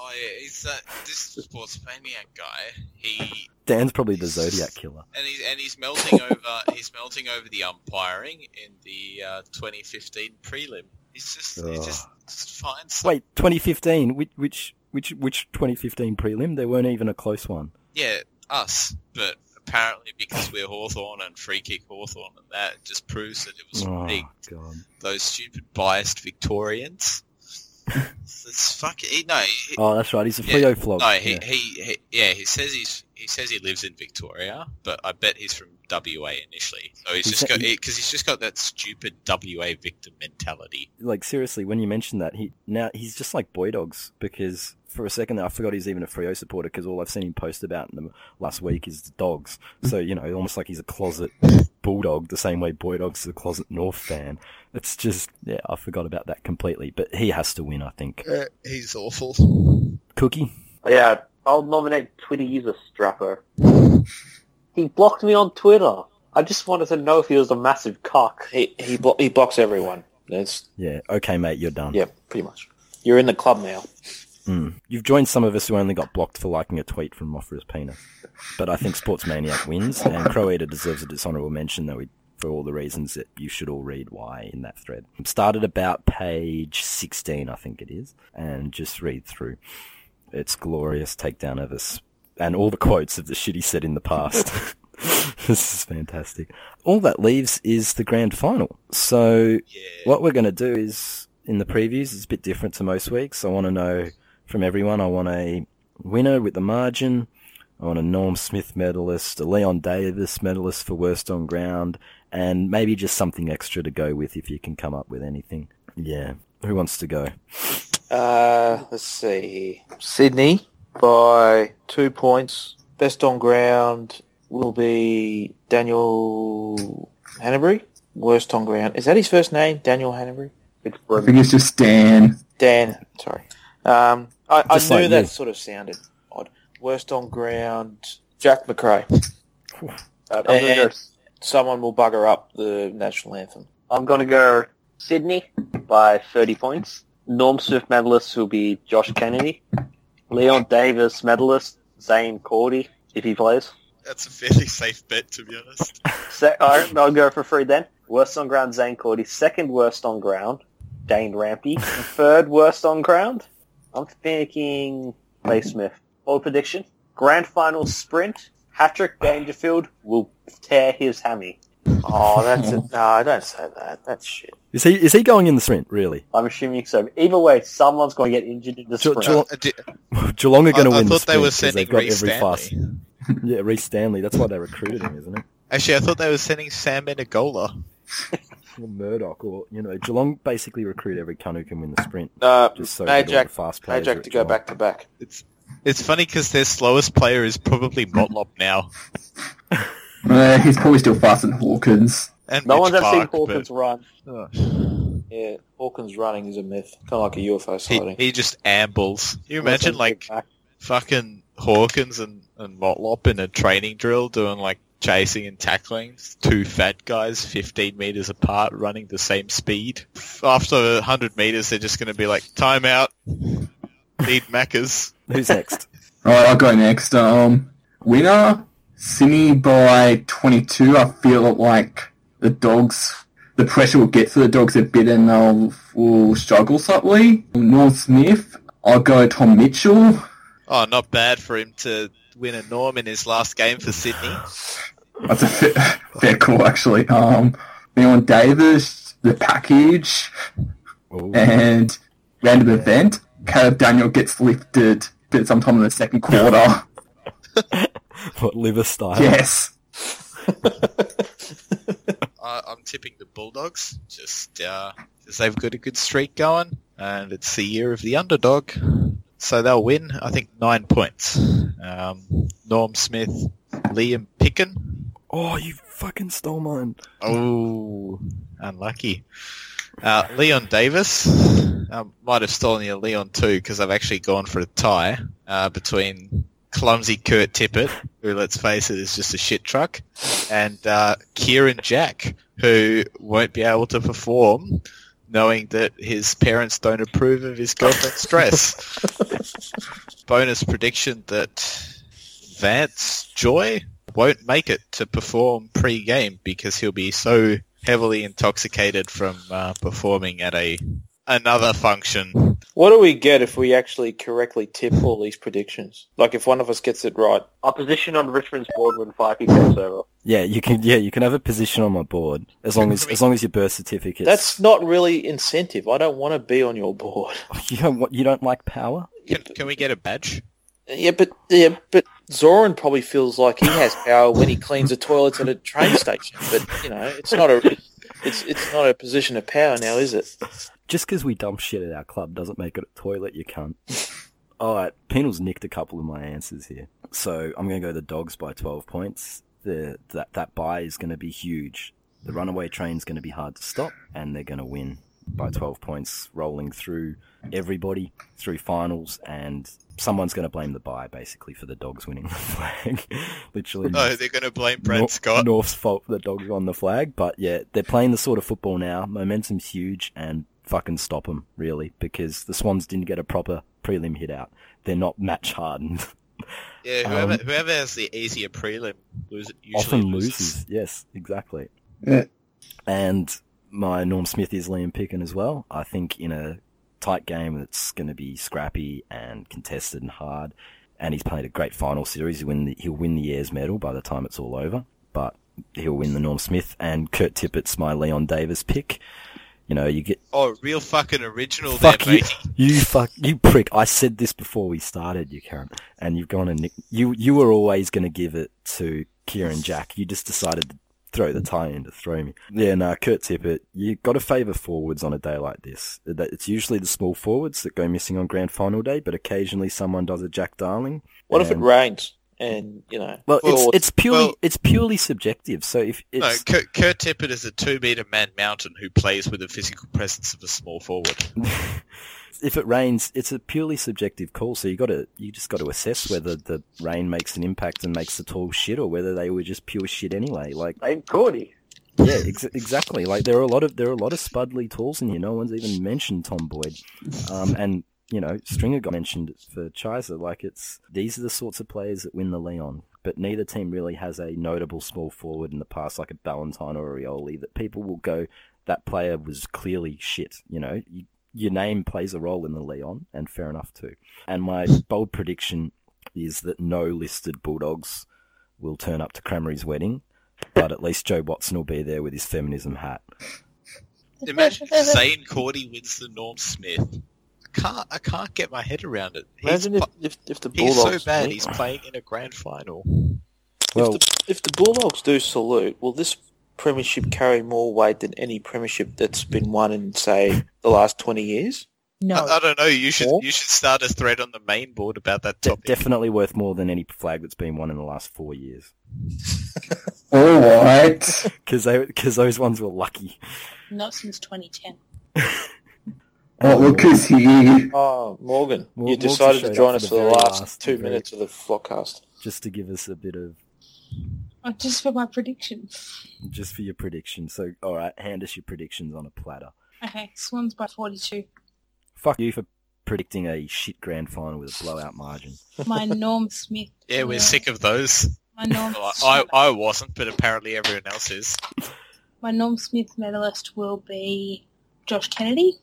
Speaker 4: Oh yeah, he's that this sports maniac guy. He
Speaker 2: Dan's probably the Zodiac killer.
Speaker 4: and he's and he's melting over he's melting over the umpiring in the uh, 2015 prelim. He's just he
Speaker 2: Ugh.
Speaker 4: just, just finds some-
Speaker 2: Wait, 2015. Which which which which 2015 prelim? There weren't even a close one.
Speaker 4: yeah us, but apparently because we're Hawthorn and free kick Hawthorn and that it just proves that it was
Speaker 2: Oh
Speaker 4: rigged.
Speaker 2: god.
Speaker 4: Those stupid biased Victorians. it's fucking he, no. He,
Speaker 2: Oh, that's right. He's a
Speaker 4: Yeah.
Speaker 2: Freo flog.
Speaker 4: No, he,
Speaker 2: Yeah.
Speaker 4: he, he yeah, he says he's he says he lives in Victoria, but I bet he's from WA initially. So he's
Speaker 2: He
Speaker 4: just
Speaker 2: said-
Speaker 4: got because he's just got that stupid WA victim mentality.
Speaker 2: Like seriously, when you mentioned that, he now he's just like Boy Dogs because for a second there, I forgot he's even a Freo supporter because all I've seen him post about in the last week is the dogs. So you know, almost like he's a closet bulldog, the same way Boy Dogs is a closet North fan. It's just yeah, I forgot about that completely. But he has to win, I think.
Speaker 4: Uh, he's awful.
Speaker 2: Cookie.
Speaker 3: Oh, Yeah, I'll nominate Twitter user Strapper. He blocked me on Twitter. I just wanted to know if he was a massive cock.
Speaker 6: He he, blo- he blocks everyone. That's
Speaker 2: Yeah. Okay, mate, you're done.
Speaker 6: yeah, pretty much. You're in the club now.
Speaker 2: Mm. You've joined some of us who only got blocked for liking a tweet from Moffra's penis. But I think Sports Maniac wins, and Croata deserves a dishonourable mention, though, we, for all the reasons that you should all read why in that thread. Started about page 16, I think it is, and just read through. It's glorious takedown of us, and all the quotes of the shit he said in the past. this is fantastic. All that leaves is the grand final. So
Speaker 4: Yeah.
Speaker 2: what we're going to do is in the previews it's a bit different to most weeks i want to know from everyone i want a winner with the margin i want a norm smith medalist a leon davis medalist for worst on ground and maybe just something extra to go with if you can come up with anything yeah who wants to go
Speaker 6: Uh, let's see. Sydney by two points. Best on ground will be Daniel Hanbury. Worst on ground. Is that his first name? Daniel Hanbury?
Speaker 3: It's
Speaker 5: I think
Speaker 3: brilliant.
Speaker 5: it's just Dan.
Speaker 6: Dan, sorry. Um, I, I
Speaker 2: Just
Speaker 6: knew
Speaker 2: like
Speaker 6: that
Speaker 2: you.
Speaker 6: sort of sounded odd. Worst on ground, Jack McRae.
Speaker 3: I'm gonna go,
Speaker 6: Someone will bugger up the national anthem.
Speaker 3: I'm gonna go Sydney by 30 points. Norm Smith medalist will be Josh Kennedy. Leon Davis medalist Zane Cordy if he plays.
Speaker 4: That's a fairly safe bet, to be honest.
Speaker 3: Se- all right, I'll go for free then. Worst on ground, Zane Cordy. Second worst on ground, Dane Rampy. Third worst on ground, I'm thinking Clay Smith. Bold prediction. Grand final sprint, Patrick Dangerfield will tear his hammy. Oh, that's it. No, don't say that. That's shit.
Speaker 2: Is he is he going in the sprint? Really?
Speaker 3: I'm assuming so. Either way, someone's going to get injured in the
Speaker 2: Ge-
Speaker 3: sprint.
Speaker 2: Geelong-
Speaker 4: Uh, di-
Speaker 2: Geelong are going to
Speaker 4: I- I
Speaker 2: win. the
Speaker 4: thought they were
Speaker 2: sprint 'cause
Speaker 4: sending
Speaker 2: they've got
Speaker 4: Reece
Speaker 2: every fast-
Speaker 4: Stanley.
Speaker 2: Yeah, Reece Stanley. That's why they recruited him, isn't it?
Speaker 4: Actually, I thought they were sending Sam Menegola.
Speaker 2: Or Murdoch, or you know, Geelong basically recruit every cunt who can win the sprint.
Speaker 6: No,
Speaker 2: Just so
Speaker 6: no,
Speaker 2: that all the
Speaker 6: Jack,
Speaker 2: fast
Speaker 6: no,
Speaker 2: players are
Speaker 6: Jack
Speaker 2: at
Speaker 6: to go
Speaker 2: Geelong.
Speaker 6: back to back.
Speaker 4: It's it's funny because their slowest player is probably Motlop now,
Speaker 5: Uh, he's probably still faster than Hawkins.
Speaker 4: and
Speaker 3: no
Speaker 4: Mitch
Speaker 3: one's ever seen
Speaker 4: Park, but
Speaker 3: Hawkins run.
Speaker 6: Yeah, Hawkins running is a myth, kind of like a UFO
Speaker 4: He,
Speaker 6: sighting.
Speaker 4: he just ambles. You imagine like
Speaker 3: Back.
Speaker 4: fucking Hawkins and, and Motlop in a training drill doing like chasing and tackling. Two fat guys, 15 meters apart, running the same speed. After 100 meters, they're just going to be like, timeout, need Maccas.
Speaker 2: Who's next?
Speaker 5: Alright, I'll go next. Um, winner, Sydney by 22. I feel like the dogs, the pressure will get to the dogs a bit and they'll will struggle slightly. Norm Smith, I'll go Tom Mitchell.
Speaker 4: Oh, not bad for him to win a norm in his last game for Sydney.
Speaker 5: That's a fair, fair call, actually. Um, Leon Davis, the package,
Speaker 2: Ooh.
Speaker 5: and random event. Caleb Daniel gets lifted sometime in the second quarter.
Speaker 2: what liver style?
Speaker 5: yes.
Speaker 4: I I'm tipping the Bulldogs, just uh, 'cause they've got a good streak going, and it's the year of the underdog, so they'll win. I think nine points. Um, Norm Smith, Liam Picken.
Speaker 2: Oh, you fucking stole mine.
Speaker 4: Oh, unlucky. Uh, Leon Davis um, might have stolen your Leon too, because I've actually gone for a tie uh, between clumsy Kurt Tippett, who, let's face it, is just a shit truck, and uh, Kieran Jack, who won't be able to perform, knowing that his parents don't approve of his girlfriend's dress. Bonus prediction that Vance Joy won't make it to perform pre-game because he'll be so heavily intoxicated from uh, performing at a another function.
Speaker 6: What do we get if we actually correctly tip all these predictions? Like if one of us gets it right,
Speaker 3: Opposition on Richmond's board when Fifey goes over.
Speaker 2: Yeah, you can. Yeah, you can have a position on my board as long as as long as your birth certificate.
Speaker 6: that's not really incentive. I don't want to be on your board.
Speaker 2: you don't want, you don't like power.
Speaker 4: Can, can we get a badge?
Speaker 6: Yeah, but yeah, but Zoran probably feels like he has power when he cleans the toilets at a train station. But you know, it's not a it's it's not a position of power now, is it?
Speaker 2: Just because we dump shit at our club doesn't make it a toilet. You cunt. All right, Penal's nicked a couple of my answers here, so I'm going to go the dogs by 12 points. The that that buy is going to be huge. The runaway train's going to be hard to stop, and they're going to win by 12 points, rolling through everybody through finals, and someone's going to blame the buy basically for the dogs winning the flag. Literally,
Speaker 4: No, Oh, they're going to blame Brad
Speaker 2: Nor-
Speaker 4: Scott.
Speaker 2: North's fault the dogs on the flag, but yeah, they're playing the sort of football now. Momentum's huge, and fucking stop them really because the Swans didn't get a proper prelim hit out. They're not match hardened.
Speaker 4: Yeah, whoever,
Speaker 2: Um,
Speaker 4: whoever has the easier prelim lose, usually
Speaker 2: Often loses. Yes, exactly.
Speaker 5: Yeah.
Speaker 2: And my Norm Smith is Liam Picken as well. I think in a tight game that's going to be scrappy and contested and hard. And he's played a great final series. He'll win the, he'll win the Ayers medal by the time it's all over. But he'll win the Norm Smith and Kurt Tippett's my Leon Davis pick. You know, you get
Speaker 4: Oh, real fucking original
Speaker 2: fuck
Speaker 4: there,
Speaker 2: you,
Speaker 4: mate.
Speaker 2: you fuck you prick. I said this before we started, you Karen, and you've gone and nick- you you were always going to give it to Kieran Jack. You just decided to throw the tie in to throw me. Yeah, no, Kurt Tippett, you got to favour forwards on a day like this. That it's usually the small forwards that go missing on grand final day, but occasionally someone does a Jack Darling.
Speaker 6: What if it
Speaker 2: and-
Speaker 6: rains and you know?
Speaker 2: Well, it's
Speaker 6: forward-
Speaker 2: it's purely
Speaker 4: well-
Speaker 2: it's purely subjective. So if it's
Speaker 4: No, Kurt, Kurt Tippett is a two-meter man mountain who plays with the physical presence of a small forward.
Speaker 2: if it rains, it's a purely subjective call. So you got to you just got to assess whether the rain makes an impact and makes the tall shit, or whether they were just pure shit anyway. Like
Speaker 3: Ain't Cordy.
Speaker 2: yeah, ex- exactly. Like there are a lot of there are a lot of Spudley tools in here. No one's even mentioned Tom Boyd, um, and you know Stringer got mentioned for Chiser. Like it's these are the sorts of players that win the Leon. But neither team really has a notable small forward in the past, like a Ballantyne or a Rioli, that people will go. That player was clearly shit. You know, you, your name plays a role in the Leon, and fair enough too. And my bold prediction is that no listed Bulldogs will turn up to Crammery's wedding but at least Joe Watson will be there with his feminism hat.
Speaker 4: Imagine if Zane Cordy wins the Norm Smith. Can't I can't get my head around it. He's,
Speaker 6: Imagine if,
Speaker 4: fu-
Speaker 6: if, if the
Speaker 4: he's
Speaker 6: Bulldogs
Speaker 4: so bad.
Speaker 6: win.
Speaker 4: He's playing in a grand final.
Speaker 2: Well,
Speaker 6: if, the, if the Bulldogs do salute, will this premiership carry more weight than any premiership that's been won in, say, the last 20 years?
Speaker 4: I,
Speaker 8: No.
Speaker 4: I don't know. You should
Speaker 6: Or-
Speaker 4: you should start a thread on the main board about that
Speaker 2: de-
Speaker 4: topic.
Speaker 2: definitely worth more than any flag that's been won in the last four years.
Speaker 5: All right.
Speaker 2: Because those ones were lucky.
Speaker 8: Not since 2010.
Speaker 5: Oh, look who's here.
Speaker 6: Oh, Morgan,
Speaker 2: Mor-
Speaker 6: you
Speaker 2: Morgan
Speaker 6: decided
Speaker 2: showed
Speaker 6: to
Speaker 2: up
Speaker 6: join
Speaker 2: for
Speaker 6: us
Speaker 2: the
Speaker 6: for the
Speaker 2: very
Speaker 6: last,
Speaker 2: last
Speaker 6: two
Speaker 2: very-
Speaker 6: minutes of the vlogcast.
Speaker 2: Just to give us a bit of,
Speaker 8: Oh, just for my prediction.
Speaker 2: just for your prediction. So, all right, hand us your predictions on a platter.
Speaker 8: Okay, Swans by 42.
Speaker 2: Fuck you for predicting a shit grand final with a blowout margin.
Speaker 8: My Norm Smith.
Speaker 4: yeah, we're sick of those.
Speaker 8: My Norm,
Speaker 4: Well, I, I I wasn't, but apparently everyone else is.
Speaker 8: my Norm Smith medalist will be Josh Kennedy.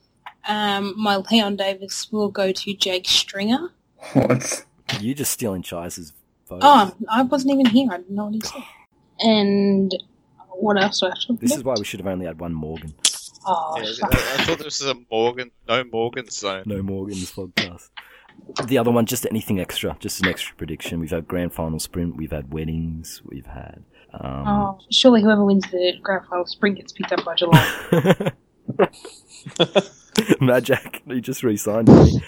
Speaker 8: Um, my Leon Davis will go to Jake Stringer.
Speaker 5: What?
Speaker 2: You just stealing Chise's vote.
Speaker 8: Oh, I wasn't even here. I didn't know what he said. And what else do I have to
Speaker 2: This is why we should have only had one Morgan.
Speaker 8: Oh,
Speaker 4: Yeah, I,
Speaker 8: fuck.
Speaker 4: I thought this was a Morgan, no Morgan zone.
Speaker 2: No Morgan's podcast. The other one, just anything extra, just an extra prediction. We've had grand final sprint, we've had weddings, we've had. Um,
Speaker 8: Oh, surely whoever wins the grand final spring gets picked up by July.
Speaker 2: Mad Jack, he just re-signed. didn't he?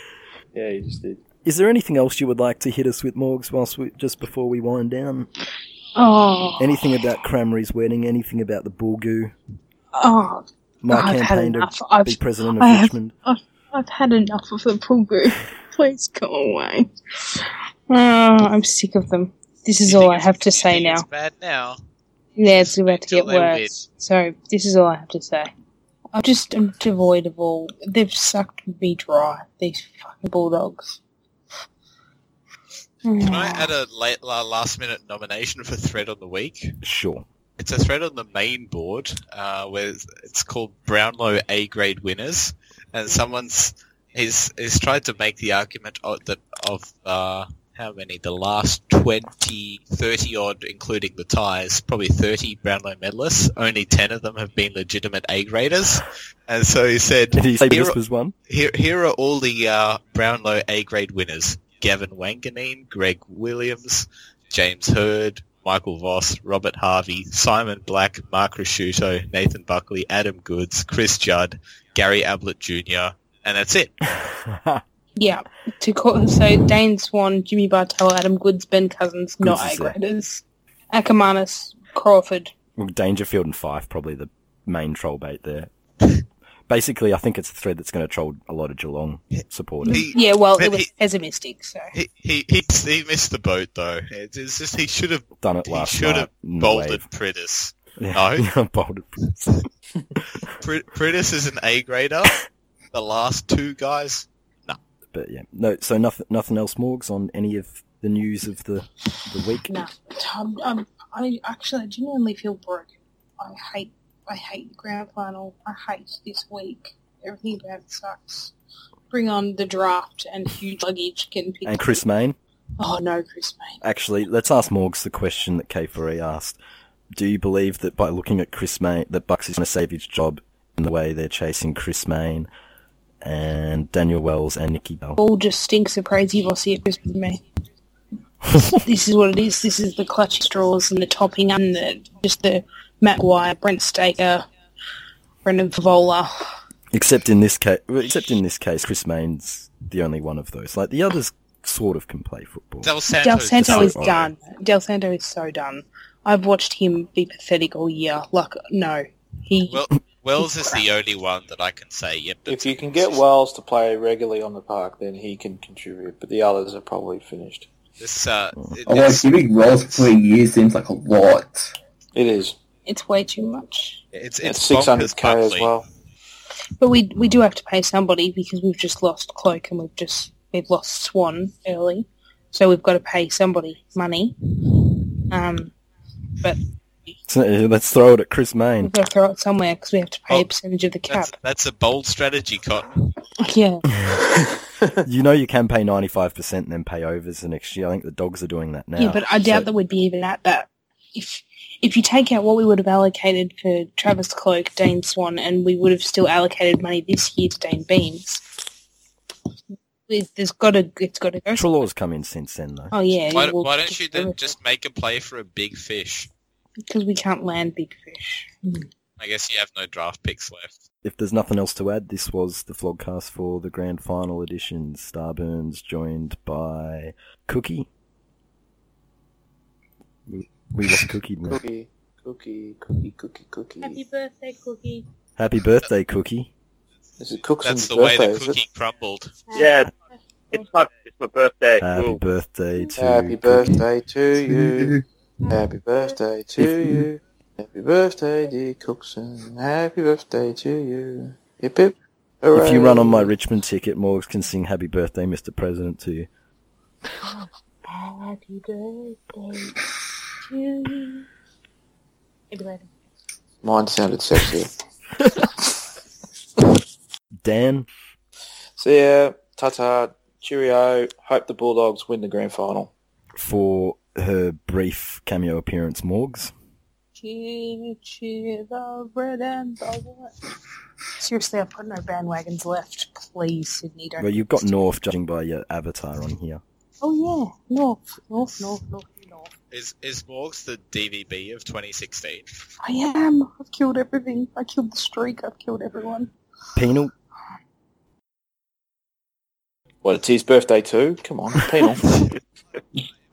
Speaker 6: Yeah, you just did.
Speaker 2: Is there anything else you would like to hit us with, Morgs, whilst we, just before we wind down?
Speaker 8: oh,
Speaker 2: Anything about Cramry's wedding? Anything about the Bull Goo?
Speaker 8: oh,
Speaker 2: My
Speaker 8: I've had
Speaker 2: campaign to
Speaker 8: enough. I've,
Speaker 2: be president of
Speaker 8: I have-
Speaker 2: Richmond.
Speaker 8: I've had enough of the pool group. Please go away. Oh, I'm sick of them. This is
Speaker 4: You
Speaker 8: all
Speaker 4: think
Speaker 8: I
Speaker 4: it's-
Speaker 8: have to
Speaker 4: you
Speaker 8: say
Speaker 4: think
Speaker 8: now.
Speaker 4: It's bad now.
Speaker 8: Yeah, it's about to get
Speaker 4: Till they
Speaker 8: worse. So this is all I have to say. I'm just I'm devoid of all. They've sucked me dry. These fucking bulldogs. Mm.
Speaker 4: Can I add a late, la- last minute nomination for thread on the week?
Speaker 2: Sure.
Speaker 4: It's a thread on the main board uh, where it's- it's called Brownlow A grade winners, and someone's he's he's tried to make the argument of that of uh, how many the last 20, 30 odd, including the ties, probably thirty Brownlow medalists. Only ten of them have been legitimate A graders, and so he said
Speaker 2: Did he say
Speaker 4: "Here-
Speaker 2: this was one?
Speaker 4: here, here are all the uh, Brownlow A grade winners: Gavin Wanganeen, Greg Williams, James Hurd, Michael Voss, Robert Harvey, Simon Black, Mark Rasciuto, Nathan Buckley, Adam Goods, Chris Judd, Gary Ablett Jr., and that's it.
Speaker 8: Yeah, to call, so Dane Swan, Jimmy Bartell, Adam Goods, Ben Cousins, not
Speaker 2: Goods
Speaker 8: A
Speaker 2: is there.
Speaker 8: graders. Ackermanis, Crawford.
Speaker 2: Well, Dangerfield and Fife probably the main troll bait there. Basically, I think it's a thread that's going to troll a lot of Geelong supporters.
Speaker 4: He,
Speaker 8: Yeah, well, it
Speaker 4: But
Speaker 8: was
Speaker 4: he-
Speaker 8: pessimistic. So
Speaker 4: he, he, he, he missed the boat though. It's, it's just he should have
Speaker 2: Done it
Speaker 4: he
Speaker 2: last
Speaker 4: should
Speaker 2: night.
Speaker 4: have
Speaker 2: in the Mm,
Speaker 4: bolded
Speaker 2: wave.
Speaker 4: Pritis.
Speaker 2: Yeah, bolded.
Speaker 4: Pr- Pritis is an A grader. the last two guys,
Speaker 2: But yeah, no. So nothing, nothing else, Morgs, on any of the news of the the week.
Speaker 8: no, I'm, I'm, Um, I actually I genuinely feel broken. I hate I hate the grand final. I hate this week. Everything about it sucks. Bring on the draft and huge luggage getting picked.
Speaker 2: And Chris Main,
Speaker 8: Oh no, Chris May.
Speaker 2: actually, let's ask Morgs the question that K4E asked. Do you believe that by looking at Chris Main, that Bucks is going to save his job in the way they're chasing Chris Main and Daniel Wells and Nikki Bell?
Speaker 8: All just stinks of crazy bossy at Christmas May. this is what it is. This is the clutch straws and the topping and the just the Matt Wire, Brent Staker, Brendan Favola.
Speaker 2: Except in this case, except in this case, Chris Main's the only one of those. Like the others, sort of can play football.
Speaker 4: Del Santo,
Speaker 8: Del Santo is
Speaker 2: so old.
Speaker 8: done. Del Santo is so done. I've watched him be pathetic all year. Like, no, he.
Speaker 4: Well, Wells is the only one that I can say. Yep.
Speaker 6: If you can get Wells to play regularly on the park, then he can contribute, but the others are probably finished.
Speaker 4: This, uh,
Speaker 6: Mm.
Speaker 4: it-
Speaker 5: Although
Speaker 4: it's,
Speaker 5: giving roles for a year seems like a lot.
Speaker 6: It is.
Speaker 8: it's way too much.
Speaker 4: it's,
Speaker 6: It's
Speaker 4: it's bonkers
Speaker 6: 600k as
Speaker 4: Buckley.
Speaker 6: well.
Speaker 8: But we we do have to pay somebody because we've just lost Cloak and we've just we've lost Swan early, so we've got to pay somebody money. Um, but
Speaker 2: So, uh, let's throw it at Chris
Speaker 8: we've
Speaker 2: Main.
Speaker 8: got to throw it somewhere because we have to pay
Speaker 4: Oh,
Speaker 8: a percentage of the cap.
Speaker 4: That's, that's a bold strategy, Cotton.
Speaker 8: Yeah,
Speaker 2: You know you can pay ninety five percent and then pay overs the next year. I think the dogs are doing that now.
Speaker 8: yeah. But I doubt
Speaker 2: So-
Speaker 8: that we'd be even at that. if if you take out what we would have allocated for Travis Cloak, Dane Swan, and we would have still allocated money this year to Dane Beams, it, there's got to it's got to go.
Speaker 2: Trelaw's come in since then, though.
Speaker 8: Oh yeah.
Speaker 4: Why,
Speaker 8: yeah, we'll
Speaker 4: why don't you then
Speaker 8: everything.
Speaker 4: just make a play for a big fish?
Speaker 8: because we can't land big fish.
Speaker 4: I guess you have no draft picks left.
Speaker 2: If there's nothing else to add, this was the vlogcast for the grand final edition. Starburns joined by Cookie. We, we lost Cookie now.
Speaker 6: Cookie, cookie, cookie, cookie,
Speaker 8: Happy
Speaker 6: cookie.
Speaker 8: birthday, Cookie.
Speaker 2: Happy birthday, Cookie.
Speaker 6: Is it
Speaker 4: That's
Speaker 6: Cookson's
Speaker 4: the way
Speaker 6: birthday?
Speaker 4: the
Speaker 6: is it?
Speaker 4: cookie crumbled.
Speaker 3: Yeah, it's my, it's my birthday.
Speaker 2: Happy
Speaker 3: Cool.
Speaker 2: birthday to Cookie.
Speaker 6: Happy birthday to you. Happy birthday to you. Happy birthday, dear Cookson. Happy birthday to you. Hip hip.
Speaker 2: If you
Speaker 6: hooray.
Speaker 2: run on my Richmond ticket, Morgs can sing Happy Birthday, Mr. President to you.
Speaker 8: Happy birthday to you. Happy birthday.
Speaker 6: Mine sounded sexy.
Speaker 2: Dan,
Speaker 6: See ya. Ta-ta. Cheerio. Hope the Bulldogs win the grand final.
Speaker 2: for her brief cameo appearance, Morgs.
Speaker 8: Cheer, cheer the red and the white. Seriously, I've got no bandwagons left. Please, Sydney, don't.
Speaker 2: Well, you've got North, judging by your avatar on here.
Speaker 8: Oh yeah, north, north, north, north, north.
Speaker 4: Is is Morgs the DVB of 2016?
Speaker 8: I am. I've killed everything. I killed the streak. I've killed everyone.
Speaker 2: Penal,
Speaker 6: What, it's his birthday too? Come on, penal.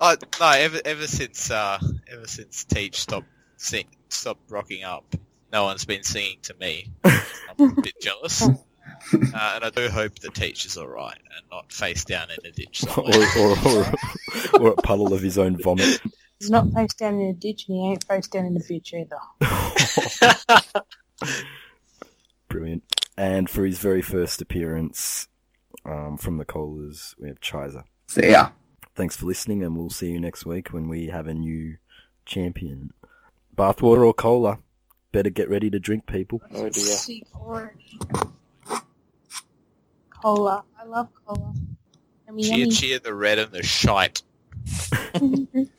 Speaker 4: Oh no! Ever ever since uh, ever since Teach stopped sing, stopped rocking up, no one's been singing to me. I'm a bit jealous, uh, and I do hope the Teach is all right and not face down in a ditch
Speaker 2: or,
Speaker 4: somewhere.
Speaker 2: or, or, or a puddle of his own vomit.
Speaker 8: He's not face down in a ditch, and he ain't face down in a bitch either.
Speaker 2: Brilliant. And for his very first appearance um, from the Colas, we have Chizer.
Speaker 5: So yeah,
Speaker 2: Thanks for listening, and we'll see you next week when we have a new champion. Bathwater or cola? Better get ready to drink, people.
Speaker 6: oh dear.
Speaker 8: Sick already. Cola. I love cola. I mean,
Speaker 4: cheer, cheer the red and the shite.
Speaker 8: yummy.